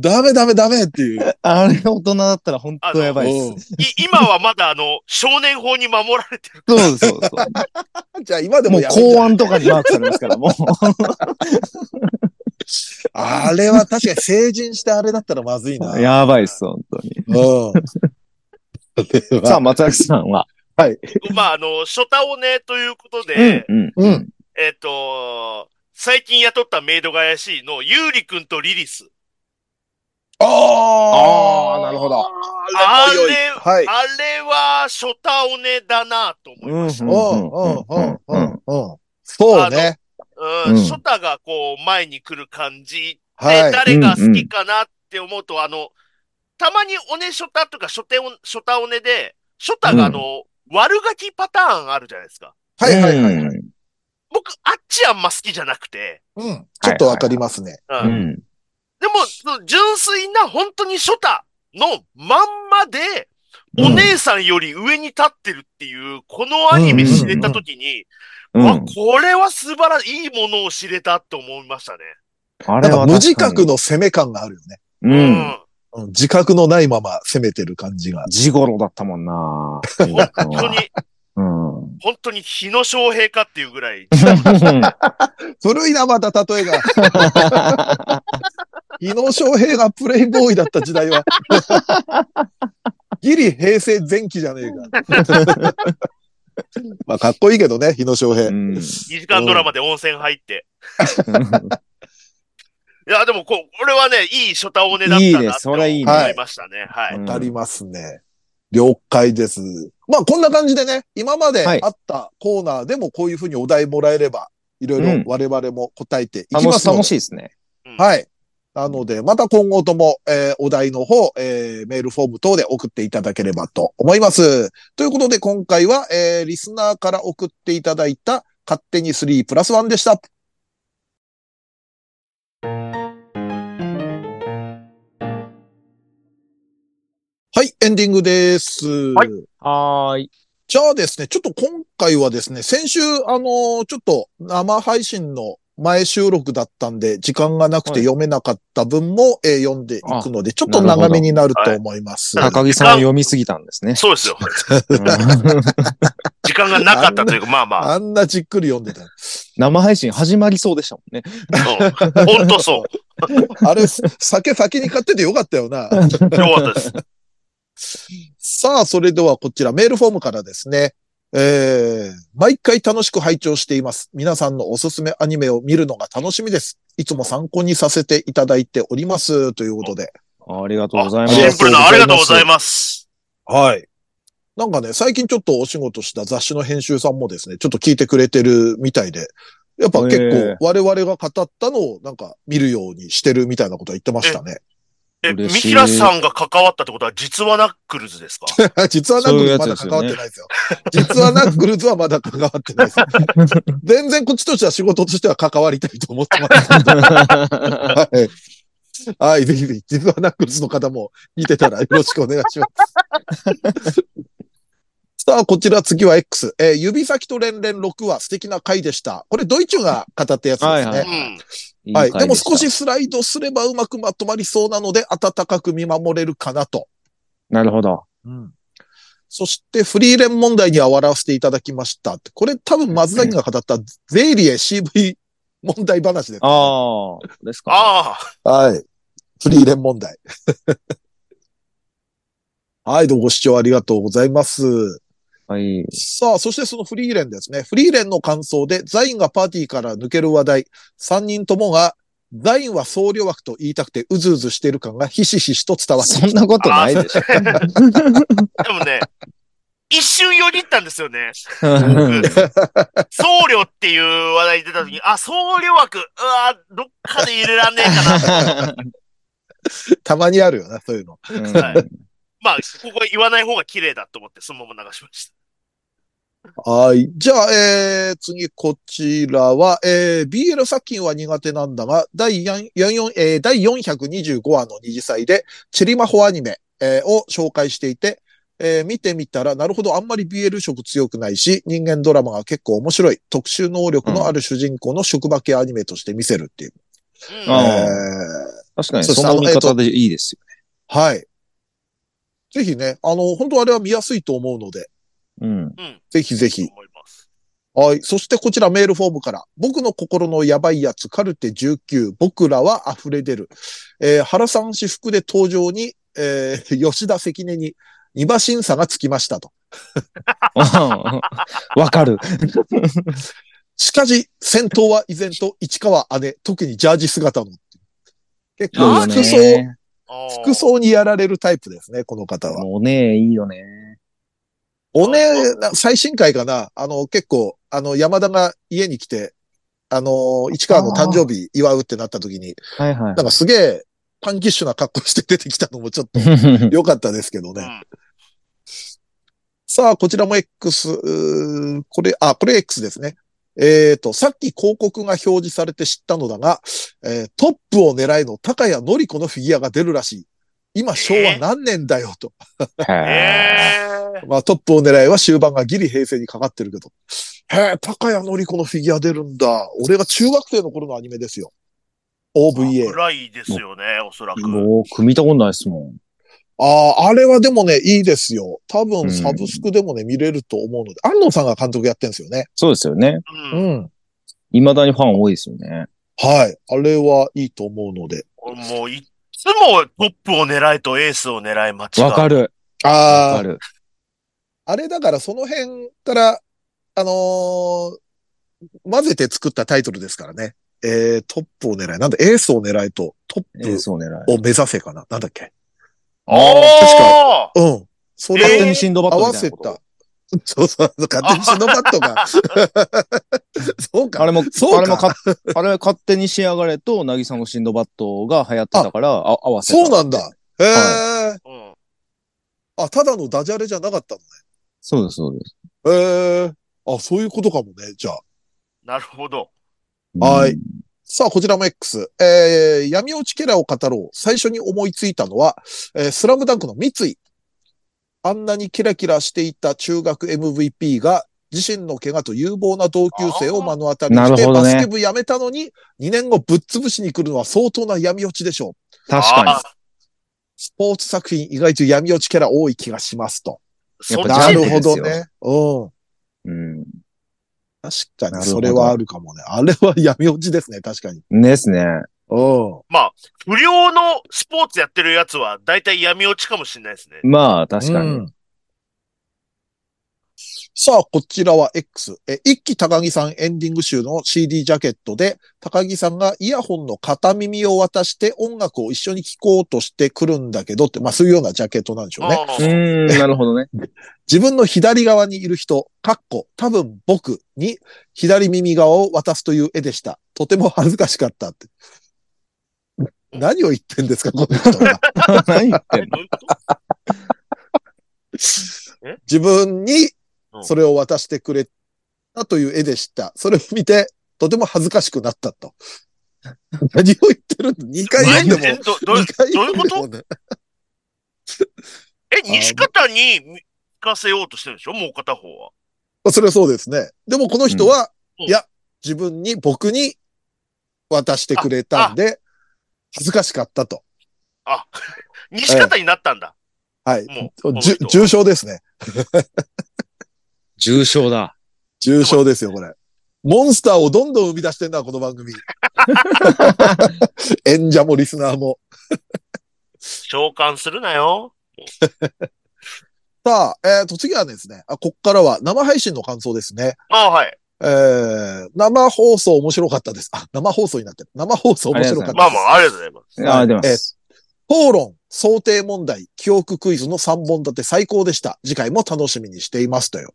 ダメダメダメっていう。
あれ、大人だったら本当やばいです。
い今はまだあの、少年法に守られてる。
そうです、そうです。
うんじゃあ今で
も
も
う
やめんじゃな
公
い
安とかにマークされますから、もう。
あれは確かに成人してあれだったらまずいな。
やばいっす、本当に。
うん。それは
さあ、松崎さんは。
まあ、あの、初太をね、ということで、
うん。
うん。
えっ、と、最近雇ったメイドが怪しいの、ゆうりくんとリリス。
ああ
あーなるほど。
あ
あ
れ
れも良いはい。
あれは、初太をね、だなと思いました。
うん
うん、うん、うん、うん。そうね。
うん、
うん
ショタがこう前に来る感じで、
はい。
誰が好きかなって思うと、あの、たまにおねショタとかショテオ、ショタおねで、ショタがあの、悪ガキパターンあるじゃないですか。
はい、はい、はい。
い。
僕、あっちあんま好きじゃなくて、
うん。ちょっとわかりますね。
うん
うん。
でも、その純粋な本当にショタのまんまで、
うん
お姉さんより上に立ってるっていう、このアニメ知れたときに、わ、これは素晴らしい、いいものを知れたと思いましたね。
あ
なん
れ
か
は
無自覚。の攻め感があるよね。
う。。
うん
うん自覚のないまま攻めてる感じが。
ジゴロだったもんな
本当に、
うん。
本当に日野翔平かっていうぐらい。
古いな、また例えが。伊野昌平がプレイボーイだった時代は。ギリ平成前期じゃねえか。まあ、かっこいいけどね、日野昌平。
うん
2時間ドラマで温泉入って。いや、でもこ、これはね、いい初太おねだった
いいね
なって
そ
思
れい
い
い
ね
ましたね。は
う
い。
ん
わかりますね。了解です。まあ、こんな感じでね、今まであ
はい
ったコーナーでもこういうふうにお題もらえれば、いろい
うん
ろ我々も答えていきま
楽
すので。
し楽しいですね。
うん
はい。なので、また今後とも、えーお題の方、えーメールフォーム等で送っていただければと思います。ということで、今回は、えーリスナーから送っていただいた、勝手に3プラス1でした。はい、エンディングです。
はい
はーい。
じゃあですね、ちょっと今回はですね、先週、あのーちょっと生配信の前収録だったんで、時間がなく
は
て
い
読めなかった分も、えー読んでいくので、ちょっと
なるほど
長めになると思います。
高木さん読みすぎたんですね。
そうですよ。
うん
時間がなかったというか、まあまあ。
あんなじっくり読んでた。
生配信始まりそうでしたもんね。
うん本当そう。
あれ、 酒先に買っててよかったよな。
よかったです。
さあ、それではこちらメールフォームからですね。えー、毎回楽しく拝聴しています。皆さんのおすすめアニメを見るのが楽しみです。いつも参考にさせていただいております。ということで。
ありがとうございま
シン
す
プ。ルなありがとうご ざいます。
はい。なんかね、最近ちょっとお仕事した雑誌の編集さんもですね、ちょっと聞いてくれてるみたいで、やっぱ結
へえ
構我々が語ったのをなんか見るようにしてるみたいなことは言ってましたね。
え、三
嬉しい
平さんが関わったってことは、実はナックルズです か
実はナックルズまだ
そ
関
うい
わって
うやつですよね
ないですよ。実はナックルズはまだ関わってないです。 全然こっちとしては仕事としては関わりたいと思ってます。はい。はい、ぜひぜひ、実はナックルズの方も見てたらよろしくお願いします。さあ、こちら次は X。えー指先と連連6は素敵な回でした。これドイチュが語ったやつですね。
は
はいい
はい
うん。
いい
は
回
い。でも
した
少し。スライドすればうまくまとまりそうなので、温かく見守れるかなと。
なるほど。
うん。
そして、フリーレン問題には笑わせていただきました。これ多分松崎が語ったゼイリエ CV 問題話です。
ああ、ですか。
ああ、
はい。フリーレン問題。 はい、どうもご視聴ありがとうございます。
はい。
さあ、そしてそのフリーレンですね。フリーレンの感想で、ザインがパーティーから抜ける話題、3人ともが、ザインは僧侶枠と言いたくてうずうずしている感がひしひしと伝わってき
そ
た
んなことないでしょ。
でもね、 一瞬よぎったんですよね。
うん
僧侶っていう話題出た時に、あ、僧侶枠、うわどっかで入れらんねえかな。
たまにあるよな、そういうの。
はいまあ、ここは言わない方が綺麗だと思って、そのまま流しまし
はい。じゃあ、えー、次、こちらは、えー、BL 作品は苦手なんだが、第4、4えー第425話の二次祭で、チェリマホアニメ、えーを紹介していて、えー見てみたら、なるほど、あんまり BL 色強くないし、人間ドラマが結構面白い、特殊能力のある主人公の職場系アニメとして見せるっていう。
た。
あ
うん
あ。
え
確かに、
そう
そんな見方でいいですよ。
ーはい。ぜひね、あの、本当あれは見やすいと思うので、
うん。
うん。
ぜひぜひ
思います。
はい。そしてこちらメールフォームから、僕の心のやばいやつ、カルテ19、僕らは溢れ出る。えー原さん私服で登場に、えー 吉田関根に、二馬審査がつきましたと。
わかる。
しかし、戦闘は依然と市川姉、特にジャージ姿の。結
そう
構
よね
服装、
ああ
服装にやられるタイプですね、この方は。
もうね、いいよね。
おね、な最新回かなあの、結構、あの、山田が家に来て、あの、市川の誕生日祝うってなった時に、
はいは
な
い
んか すげえ、パンキッシュな格好して出てきたのもちょっと良かったですけど
う
ね。
ん。
さあ、こちらも X、うーこれ、あ、これ X ですね。えっ、と、さっき広告が表示されて知ったのだが、えートップを狙いの高谷のり子のフィギュアが出るらしい。今、昭和何年だよと。
へ
ええ。
まあ、トップを狙いは終盤がギリ平成にかかってるけど。へえ、高谷のり子のフィギュア出るんだ。俺が中学生の頃のアニメですよ。OVA。
暗いですよね、おそらく。
ーもう、組みたことないですもん。
ああ、あれはでもね、いいですよ。多
うん
分、サブスクでもね、見れると思うので。安野さんが監督やってるんですよね。
そうですよね。
うん。
ん。
未だにファン多いですよね。
はい。あれはいいと思うので。
もう、いっつもトップを狙いとエースを狙い間違う。
わかる。わ
あ
かる。
あ、あれだからその辺から、あのー混ぜて作ったタイトルですからね。えー、トップを狙い。なんだ、エースを狙いとトッ
えー、
プ
そう狙い。
を目指せかな。なんだっけ
おー
うん。そ
えー
勝手
れ
にシンドバッ
を合
ド
わ
みたい
せ
なこと
た。。そうそう、勝手にシノバット が。そう
あ
か。
れも、
そうか
あれもか、あれは勝手に仕上がれと、なぎさのシンドバットが流行ってたから、あ合わせた。
そうなんだ。。へえ、
うん。
あ、ただのダジャレじゃなかったの
そうです、そうです。
ね。へえあ、そういうことかもね。じゃあ。
なるほど。
はい
うん。
さあ、こちらも X。えー、闇落ちキャラを語ろう。最初に思いついたのは、えースラムダンクの三井。あんなにキラキラしていた中学 MVP が、自身の怪我と有望な同級生を目の当たりに
あー
し
なる
て、
ほど
バス
ね
ケ部辞めたのに、2年後ぶっ潰しに来るのは相当な闇落ちでしょう。
確か
スポーツ作品意外と闇落ちキャラ多い気がしますと。
そっち
やっ
な
ぱ
で
る
ジャン
ほ
ルです
ど
よ
ね。うん。
に。う
確か
な
に、
るほ
そ
ど
れはあるかもね。あれは闇落ちですね、確かに。
ん。ですね。
うん。
不良のスポーツやってるやつは、だいたい闇落ちかもしれないですね。
まあ、確かに。
うん
さあ、こちらは X。え、一期高木さんエンディング集の CD ジャケットで、高木さんがイヤホンの片耳を渡して音楽を一緒に聴こうとしてくるんだけどって、まあそういうようなジャケットなんでしょうね。
あ
う
ー
ーん、なるほ どね。
自分の左側にいる人、かっこ、多分僕に左耳側を渡すという絵でした。とても恥ずかしかったって。何を言ってんですか、この人は。
何言ってんの
どういうこと
自分に
うん
それを渡してくれたという絵でした。それを見て、とても恥ずかしくなったと。 何を言ってるの ?2 回読んで
え
も。
どどう
2回読んで
どう
もね。
え、西方に見聞かせようとしてるんでしょもう片方は。
まあそれはそうですね。でもこの人は、
うんうん
いや、自分に、僕に渡してくれたんで、恥ずかしかったと。
あ、西方になったんだ。
はい。
もう。この
じゅ
人は
重症ですね。
重症だ。
重症ですよ、これ。モンスターをどんどん生み出してんな、この 番組。演者もリスナーも。
召喚するなよ。
さあ、えー、と、次はですね、あ、こっからは生配信の感想ですね。
あはい。
えー、生放送面白かったです。あ、生放送になってる。生放送面白かったです。
まあまあ、ありがとうございます。
ああ、出ます。
討論、想定問題、記憶クイズの3本立て最高でした。次回も楽しみにしていますとよ。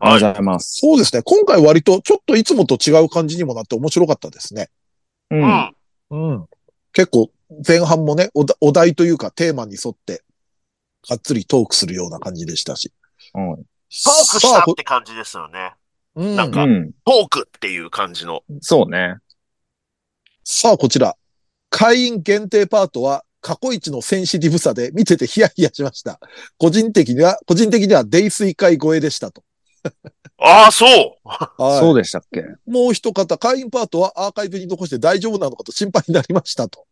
ありがと
は
うございます。
そうですね。今回割とちょっといつもと違う感じにもなって面白かったですね。
う。
い。うんん。
うん。結構前半もね、おだお題というかテーマに沿って、がっつりトークするような感じでしたし。
うん。
トークした
さあ
っ
こ
て感じですよね。
うん
なんか
うん。
トークっていう感じの。
そうね。
さあ、こちら。会員限定パートは過去一のセンシティブさで見ててヒヤヒヤしました。個人的には、個人的には泥酔会超えでしたと。
ああ、そう。
はい
そうでしたっけ
もう一方、会員パートはアーカイブに残して大丈夫なのかと心配になりましたと。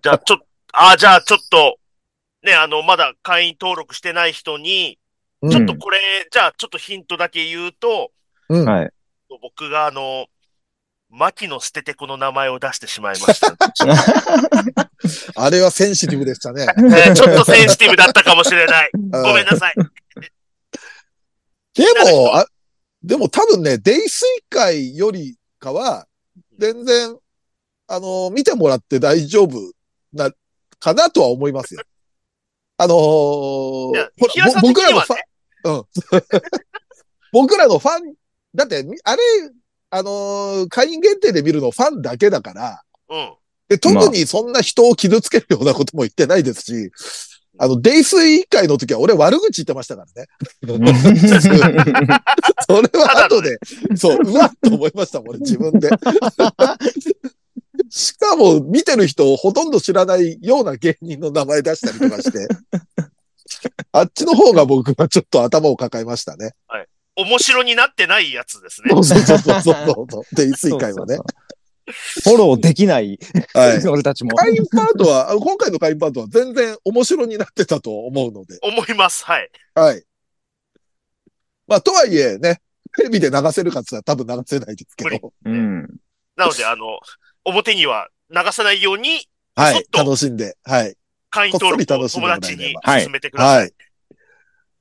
じゃあ、ちょっと、ああ、じゃあ、ちょっと、ね、あの、まだ会員登録してない人に、
うん
ちょっとこれ、じゃあ、ちょっとヒントだけ言うと、
うん
はい。
僕があの、牧野捨ててこの名前を出してしまいま した。
あれはセンシティブでしたね。
ねちょっとセンシティブだったかもしれない。
ご
ごめんなさい。
で
なる
も、あ、でも多分ね、泥酔会よりかは、全然、あの、見てもらって大丈夫な、かなとは思いますよ。あのー
いや
ほら
平井さん
ぼ僕
的
ら
に
の
は
ファン、うん。 僕らのファン、だって、みあれ、あのー会員限定で見るのファンだけだから、
うん。
で、特にそんな人を傷つけるようなことも言ってないですし、あの、泥酔会の時は俺悪口言ってましたからね。 それは後で、そう、うわっと思いましたもん、俺自分で。 しかも、見てる人をほとんど知らないような芸人の名前出したりとかして、あっちの方が僕はちょっと頭を抱えましたね。
面白になってないやつですね
そ。うそうそうそうそうそう。で、一水会はね。
フォローできない、
はい。
俺たちも。
会員パートは、あの今回の会員パートは全然面白になってたと思うので。
思います。はい。
はい。まあ、とはいえね、テレビで流せるかって言ったら多分流せないですけど。
うん。
なので、あの、表には流さないように、
は
ちょっ
い。
と
楽しんで。はい。
会員登録
こ
を
っそり楽しんで
友
もらえれば
達に
はい
進めてください。
はい。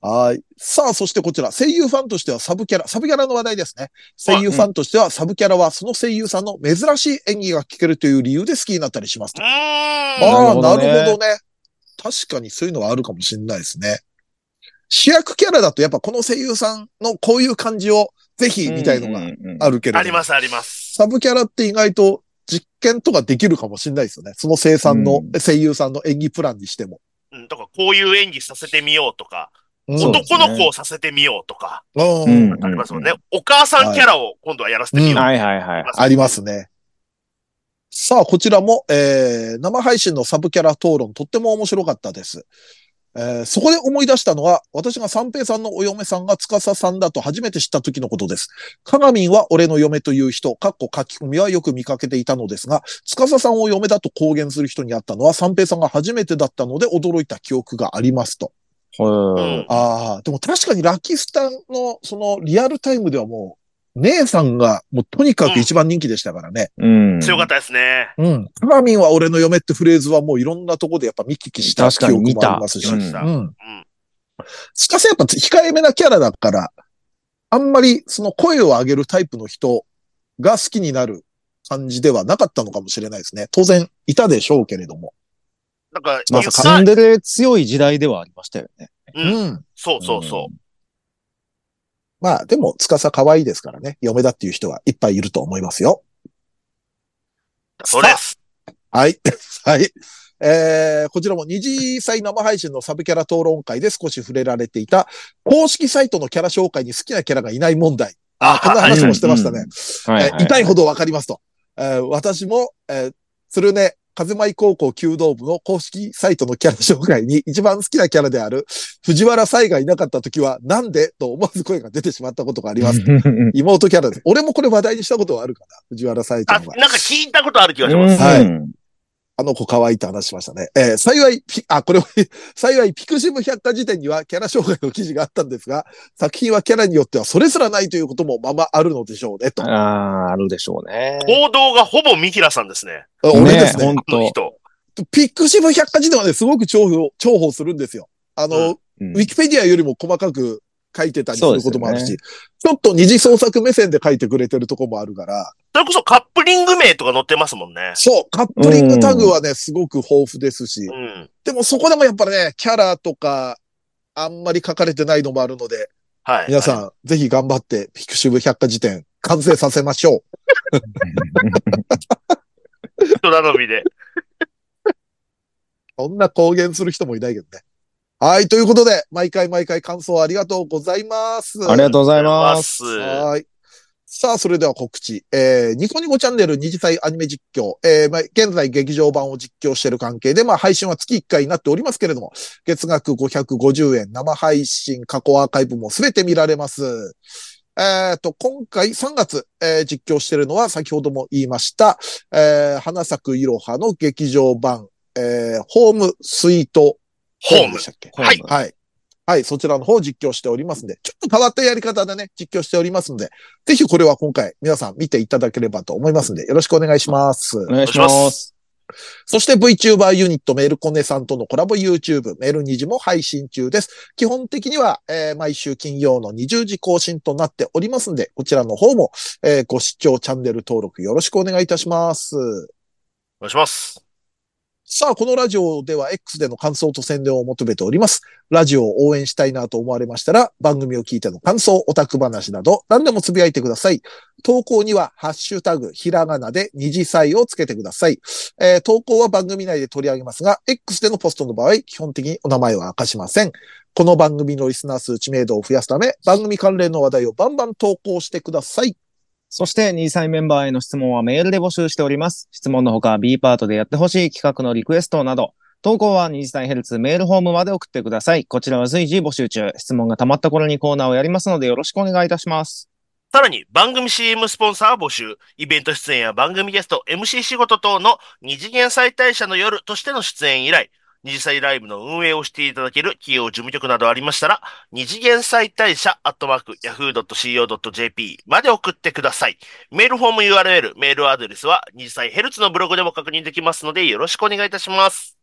はい。さあ、そしてこちら、声優ファンとしてはサブキャラ、サブキャラの話題ですね。声優ファンとしてはサブキャラはその声優さんの珍しい演技が聞けるという理由で好きになったりしますと。
ーん。
ああ、な
な
るほ
るほどね
どね。確かにそういうのはあるかもしれないですね。主役キャラだとやっぱこの声優さんのこういう感じをぜひみたいのがあ
る。
るけれども、
あります、あります。
サブキャラって意外と実験とかできるかもしれないですよね。その生産の、
う
声優さんの演技プランにしても。
うん、とか、こういう演技させてみようとか、
うん
そう
男の子をさせてみようとか、
うん
うん
ありますもんね。お母さんキャラを今度はやらせてみようとか
はいはいはい。
ありますね。さあ、こちらも、えー、生配信のサブキャラ討論、とっても面白かったです。えー、そこで思い出したのは、私が三平さんのお嫁さんが司さんだと初めて知った時のことです。かがみんは俺の嫁という人、かっこ書き込みはよく見かけていたのですが、司さんを嫁だと公言する人に会ったのは三平さんが初めてだったので驚いた記憶がありますと。
はい
ああ、でも確かにラッキースタンのそのリアルタイムではもう、姉さんがもうとにかく一番人気でしたからね。
うん。
強かったですね。
うん。くまみんは俺の嫁ってフレーズはもういろんなとこでやっぱ見聞きした記
確かに
憶
見
もあ
た
りますし。
う
うんん。
う
しかしやっぱ控えめなキャラだから、あんまりその声を上げるタイプの人が好きになる感じではなかったのかもしれないですね。当然いたでしょうけれども。
なんか、言
まあ
っ
さ
ツ
た
ン、デレ強い時代ではありましたよね。
う、
うんん。
そうそうそ
まあでも、つかさ可愛いですからね。嫁だっていう人はいっぱいいると思いますよ。
う。そうです。
はい。 はい。えー、こちらも二次祭生配信のサブキャラ討論会で少し触れられていた、公式サイトのキャラ紹介に好きなキャラがいない問題。あー、こんな
はい
話もしてましたね。
うんはい
えー痛いほどわかりますと。えー私も、えー、鶴根、風舞高校弓道部の公式サイトのキャラ紹介に一番好きなキャラである、藤原彩がいなかった時は、なんでと思わず声が出てしまったことがあります。妹キャラです。俺もこれ話題にしたことはあるかな。藤原彩ちゃ
あ、
んは。
なんか聞いたことある気がします。
はい
は
あの子可愛いって話しましたね。えー幸い、ピあ、これ、 幸い、ピクシブ百科事典にはキャラ紹介の記事があったんですが、作品はキャラによってはそれすらないということもままあるのでしょうね、と。
い。ああー、あるでしょうね。
行動がほぼ三平さんですね。
俺ですね。
本
この
当。
人。
ピクシブ百科事典はね、すごく重宝、重宝するんですよ。あの、
うん
うん
ウィキペディアよりも細かく書いてたりすることもあるし、
そうで
ちょっと二次創作目線で書いてくれてるとこもあるから、
それこそカップリング名とか載ってますもんね。
そう、カップリングタグはね、すごく豊富ですし
う、ん。
でもそこでもやっぱりね、キャラとか、あんまり書かれてないのもあるので、
はい。
皆さん、ぜひ頑張って、ピクシブ百科事典、完成させましょう。
ん。人頼みで。
そんな公言する人もいないけどね。はい、ということで、毎回毎回感想ありがとうございます。
ありがとうございます。
す。
はい。さあ、それでは告知。えー、ニコニコチャンネル二次祭アニメ実況。えー、まあ、現在劇場版を実況している関係で、まあ、配信は月1回になっておりますけれども、月額550円、生配信、過去アーカイブもすべて見られます。えっ、と、今回3月、えー実況しているのは、先ほども言いました、えー、花咲くいろはの劇場版、えー、ホームスイート
ホーム
で。したっけ
はい
はい。はい、そちらの方を実況しておりますんで、ちょっと変わったやり方でね、実況しておりますんで、ぜひこれは今回皆さん見ていただければと思いますんで、よろしくお願いします。
お願いします。
そして VTuber ユニットメールコネさんとのコラボ YouTube メール2時も配信中です。基本的には、えー毎週金曜の20時更新となっておりますんで、こちらの方も、えーご視聴チャンネル登録よろしくお願いいたします。
お願いします。
さあ、このラジオでは X での感想と宣伝を求めております。ラジオを応援したいなと思われましたら、番組を聞いての感想、オタク話など、何でもつぶやいてください。投稿には、ハッシュタグ、ひらがなで二次祭をつけてください。えー投稿は番組内で取り上げますが、X でのポストの場合、基本的にお名前は明かしません。この番組のリスナー数知名度を増やすため、番組関連の話題をバンバン投稿してください。
そして、2歳メンバーへの質問はメールで募集しております。質問のほか、B パートでやってほしい企画のリクエストなど、投稿は2歳ヘルツメールホームまで送ってください。こちらは随時募集中。質問が溜まった頃にコーナーをやりますので、よろしくお願いいたします。
さらに、番組 CM スポンサー募集、イベント出演や番組ゲスト、MC 仕事等の二次元再大社の夜としての出演以来、二次祭ライブの運営をしていただける企業事務局などありましたら、二次元再大社アットマーク yahoo.co.jp まで送ってください。メールフォーム URL、メールアドレスは二次祭ヘルツのブログでも確認できますので、よろしくお願いいたします。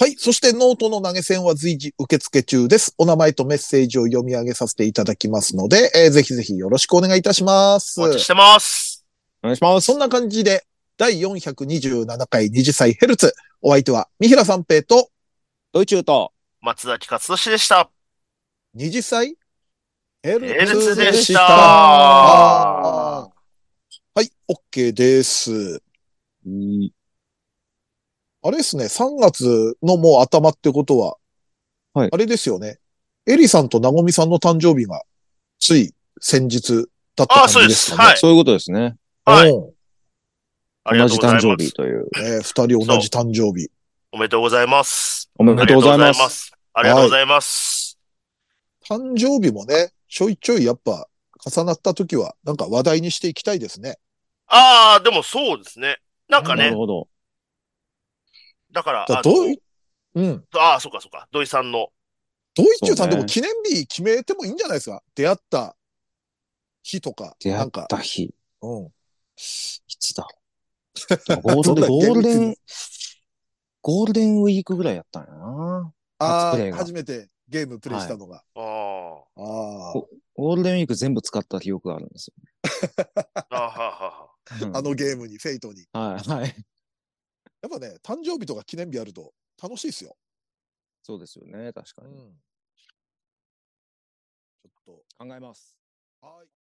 はい。そしてノートの投げ銭は随時受付中です。お名前とメッセージを読み上げさせていただきますので、えーぜひぜひよろしくお願いいたします
お。待ちしてます。
お願いします
そ。んな感じで、第427回二次祭ヘルツ。お相手は、三平三平と
ドイチューと、
松崎勝利でした。
二次祭ヘ
エルツでし
あ
た。
ーはい、OK です。あれですね、3月のもう頭ってことは、
はい
あれですよね。エリさんとナゴミさんの誕生日が、つい先日だった感じですかね。
はい
そういうことですね。
はい。
うん
ありが
同
とう
じ
ございます。
誕生日という。
えー二人同じ誕生日。
おめでとうございます。
おめでとうございま。
ありがとうございますす。ありがとうございます。
誕生日もね、ちょいちょいやっぱ重なった時は、なんか話題にしていきたいですね。
ああ、でもそうですね。なんか
な
ね
る、ほど。
だから、
だ
あ
どう
の
い、うん。
ああ、そうかそうか、土井さんの。
ドイチューさんで
そうね
も記念日決めてもいいんじゃないですか出会った日とか。
出
な
会
ん
っ
か。
た日、い
うん。
つ だゴールデン、
そん
ゴ
な
ール
厳密
デン
に、
ゴールデンウィークぐらいやったんやな。
あ
初プレ
あ、
イが
初めてゲームプレイしたのが。
あ
あ
こゴールデンウィーク全部使った記憶があるんです
あ、ああ、はあはあ。
よ。
あ。あのゲームに、フェイトに。
ム。はい、はい。
やっぱね、誕生日とか記念日あると楽しいですよ。
そうですよね、確か
う
に。
ん。ちょっ
考えます。
と。はい。